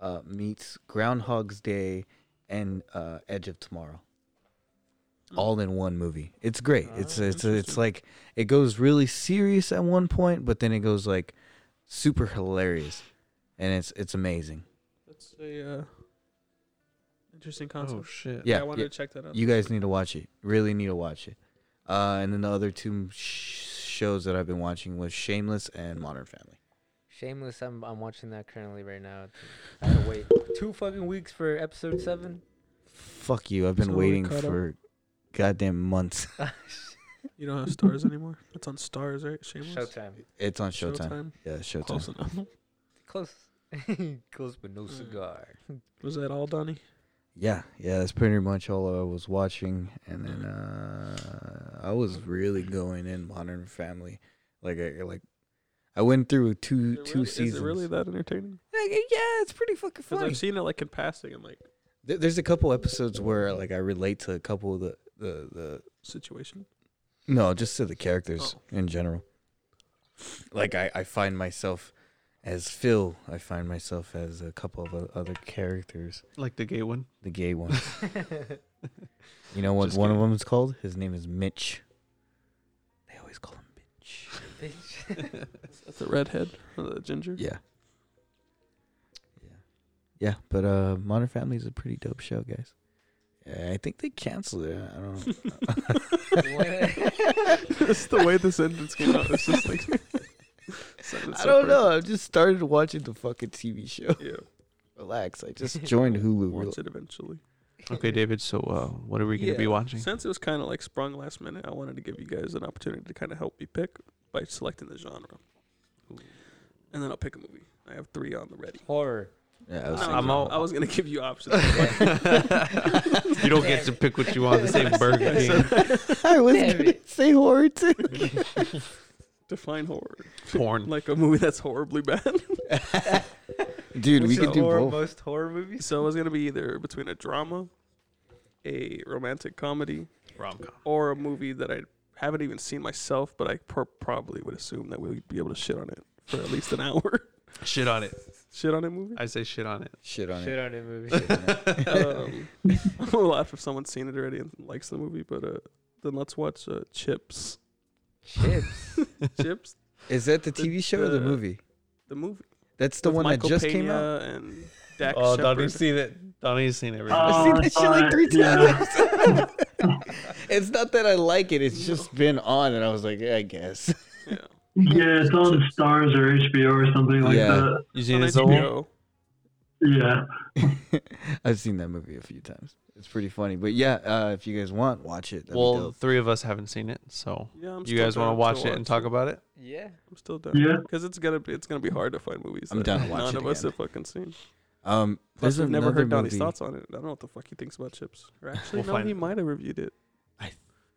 uh, meets Groundhog's Day and uh, Edge of Tomorrow, all in one movie. It's great. it's
Hmm. Ah,
it's it's
interesting.
like it goes really serious at one point, but then it goes like super hilarious, and it's it's amazing.
That's a uh, interesting concept.
Oh shit.
Yeah,
I wanted
yeah.
to check that out.
you guys need to watch it. Really need to watch it. Uh, and then the other two sh- shows that I've been watching was Shameless and Modern Family.
Shameless. I'm I'm watching that currently right now. I had to wait two fucking weeks for episode seven.
Fuck you. I've been
So we
waiting
caught up.
for goddamn months.
You don't have stars anymore. That's on stars, right? Shameless.
Showtime.
It's on Showtime. Yeah, Showtime.
Close enough.
Close. Close, but no
Mm.
cigar.
Was that all, Donnie?
Yeah, yeah, that's pretty much all I was watching, and then uh, I was really going in Modern Family, like I like, I went through two
Is it
two
really-
seasons.
Is it really that entertaining?
Like, yeah, it's pretty fucking
Because
funny.
I've seen it like in passing and like
There- There's a couple episodes where like I relate to a couple of the the, the
situation.
No, just to the characters
Oh.
in general. Like I, I find myself as Phil. I find myself as a couple of o- other characters.
Like the gay one.
The gay one. you know what
Just
one of
kidding.
them is called? His name is Mitch. They always call him Mitch.
That's the redhead, or the ginger.
Yeah. Yeah. Yeah, but uh Modern Family is a pretty dope show, guys. Yeah, I think they canceled it. I don't know.
That's the way the sentence came out. It's just like sentence
I don't
separate.
know. I just started watching the fucking TV show.
Yeah,
Relax. I just joined Hulu.
watch it eventually.
Okay, David. So uh, what are we gonna be
Yeah.
watching?
Since it was kind of like sprung last minute, I wanted to give you guys an opportunity to kind of help me pick by selecting the genre, and then I'll pick a movie. I have three on the ready.
Horror.
Yeah, I
No,
was
I'm all-
I was gonna give you options.
you don't get to pick what you want. The same Burger King.
I was
Damn
gonna say horror too.
Define horror
Porn.
like a movie that's horribly bad.
Dude, we
What's the
could do
horror-
both.
Most horror movies.
so it was gonna be either between a drama, a romantic comedy,
Rom com.
or a movie that I haven't even seen myself, but I pro- probably would assume that we'd be able to shit on it for at least an hour.
Shit on it.
shit on it movie.
I say shit on it.
Shit on
Shit on it movie.
um, I'll laugh if someone's seen it already and likes the movie, but uh, then let's watch uh, Chips.
Chips.
Chips,
Is that the
The-
TV show or the
the-
movie?
the movie.
That's the
with
one
Michael
that just
Pena
came out.
and Dak
oh,
Shepard.
Donnie's seen it. Donnie's seen everything.
I've seen
Oh,
that shit like
uh,
three
yeah.
times. it's not that I like it. It's just been on, and I was like, yeah, I guess.
Yeah.
Yeah, it's on Stars or HBO or something like
Yeah.
that.
you
On
seen it, Zoe?
HBO.
Yeah.
I've seen that movie a few times. It's pretty funny, but yeah, uh, if you guys want, watch it. That'd be
Well,
dope.
three of us haven't seen it, so
Yeah, I'm
you
still
guys want
down
to watch it and talk
it.
about it?
yeah.
I'm still down.
Yeah.
Because it's gonna be it's gonna be hard to find movies.
I'm
that
down to watch
None
it
of us
again.
have fucking seen.
um,
Plus,
there's
we've never
another
heard Donnie's
movie-
thoughts on it. I don't know what the fuck he thinks about Chips. Or actually,
We'll
no,
find
he
out.
might have reviewed it.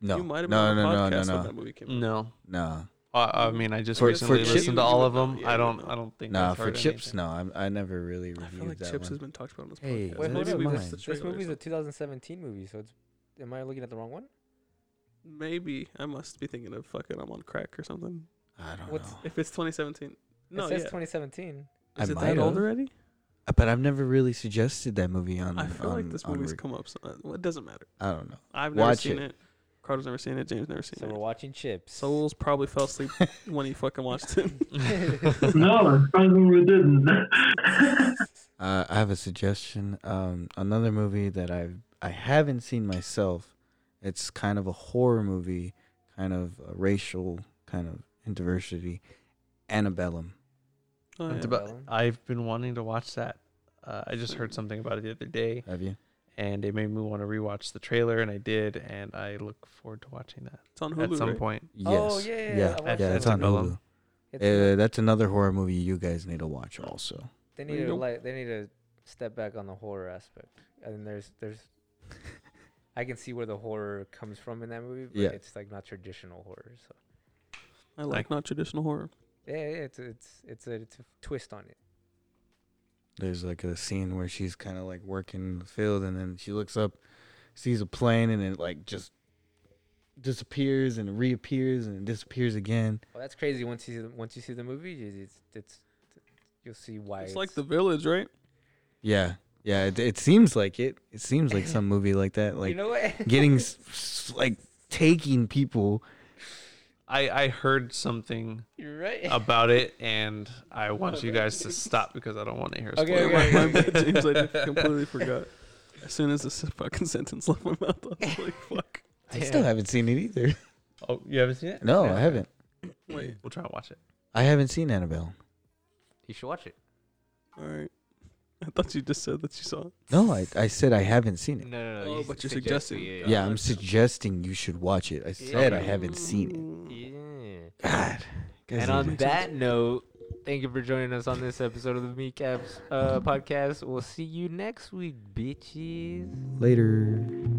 No,
You might have been
no,
on the
no, no, no,
podcast when
no,
that movie came out.
No.
no,
I, I mean, I just
For-
recently
for
listened
Chips-
to all of them.
Yeah,
I
you
don't.
know.
I don't think.
no.
I've
For
heard
chips,
anything.
no. I'm, I never really reviewed
I feel like
that
Chips
one.
has been talked about on this
Hey,
podcast.
Wait, hold
Maybe
on.
we
Mine.
missed the
This
trailer.
movie's a 2017 movie, so it's. Am I looking at the wrong one?
Maybe I must be thinking of fucking I'm on crack or something.
I don't
What's-
know.
If it's 2017, no,
it
yeah.
says 2017.
I
is it
might
that old
have.
already?
Uh, But I've never really suggested that movie on.
I feel like
on-
this
on
movie's
rec-
come up. So well, it doesn't matter.
I don't know.
I've never
Watch
seen
it.
it. Carter's never seen it. James never seen
So we're
it.
watching Chips.
Souls probably fell asleep when he fucking watched it.
No, it's probably we didn't.
Uh, I have a suggestion. Um, another movie that I I haven't seen myself. It's kind of a horror movie, kind of a racial, kind of and diversity. Antebellum.
Oh, yeah.
It's about- I've been wanting to watch that. Uh, I just heard something about it the other day,
Have you?
and it made me want to rewatch the trailer, and I did, and I look forward to watching that
It's on Hulu.
at some
right?
point.
Yes.
Oh, yeah, yeah, yeah, I
yeah.
watched
yeah
that
it's
one.
on Hulu.
Antebellum.
It's good.
Uh, that's another horror movie you guys need to watch also.
They
you
need to
don't-
like they need to step back on the horror aspect. I mean, there's there's I can see where the horror comes from in that movie, but
Yeah.
it's like not traditional horror. So
I like not traditional horror.
yeah, yeah, it's it's it's a it's a twist on it.
There's like a scene where she's kind of like working the field, and then she looks up, sees a plane, and it like just disappears and reappears and disappears again.
Well, that's crazy. Once you see the, once you see the movie, it- it's it's You'll see why.
It's like the village, right?
Yeah, yeah. It, it seems like it. It seems like some movie like that, like
you know what?
getting s- s- like taking people.
I I heard something
You're right.
about it, and I want you guys to stop because I don't want to hear.
Okay,
spoilers.
okay,
My bad, James, I just completely forgot. As soon as this fucking sentence left my mouth, I was like, "Fuck!"
I still haven't seen it either.
Oh, you haven't seen it?
No,
Yeah.
I haven't.
Wait,
We'll try to watch it.
I haven't seen Annabelle.
You should watch it.
all right. I thought you just said that you saw it.
No, I, I said I haven't seen
No,
it.
no, no.
Oh,
you
but you're
suggest it,
suggesting.
Yeah,
Yeah, I'm suggesting you should watch it. I said I
Okay.
haven't seen
yeah.
Mm.
Yeah.
it. God. Guys,
And
I
on
haven't-
that note, thank you for joining us on this episode of the Meat Caps uh, podcast. We'll see you next week, bitches.
later.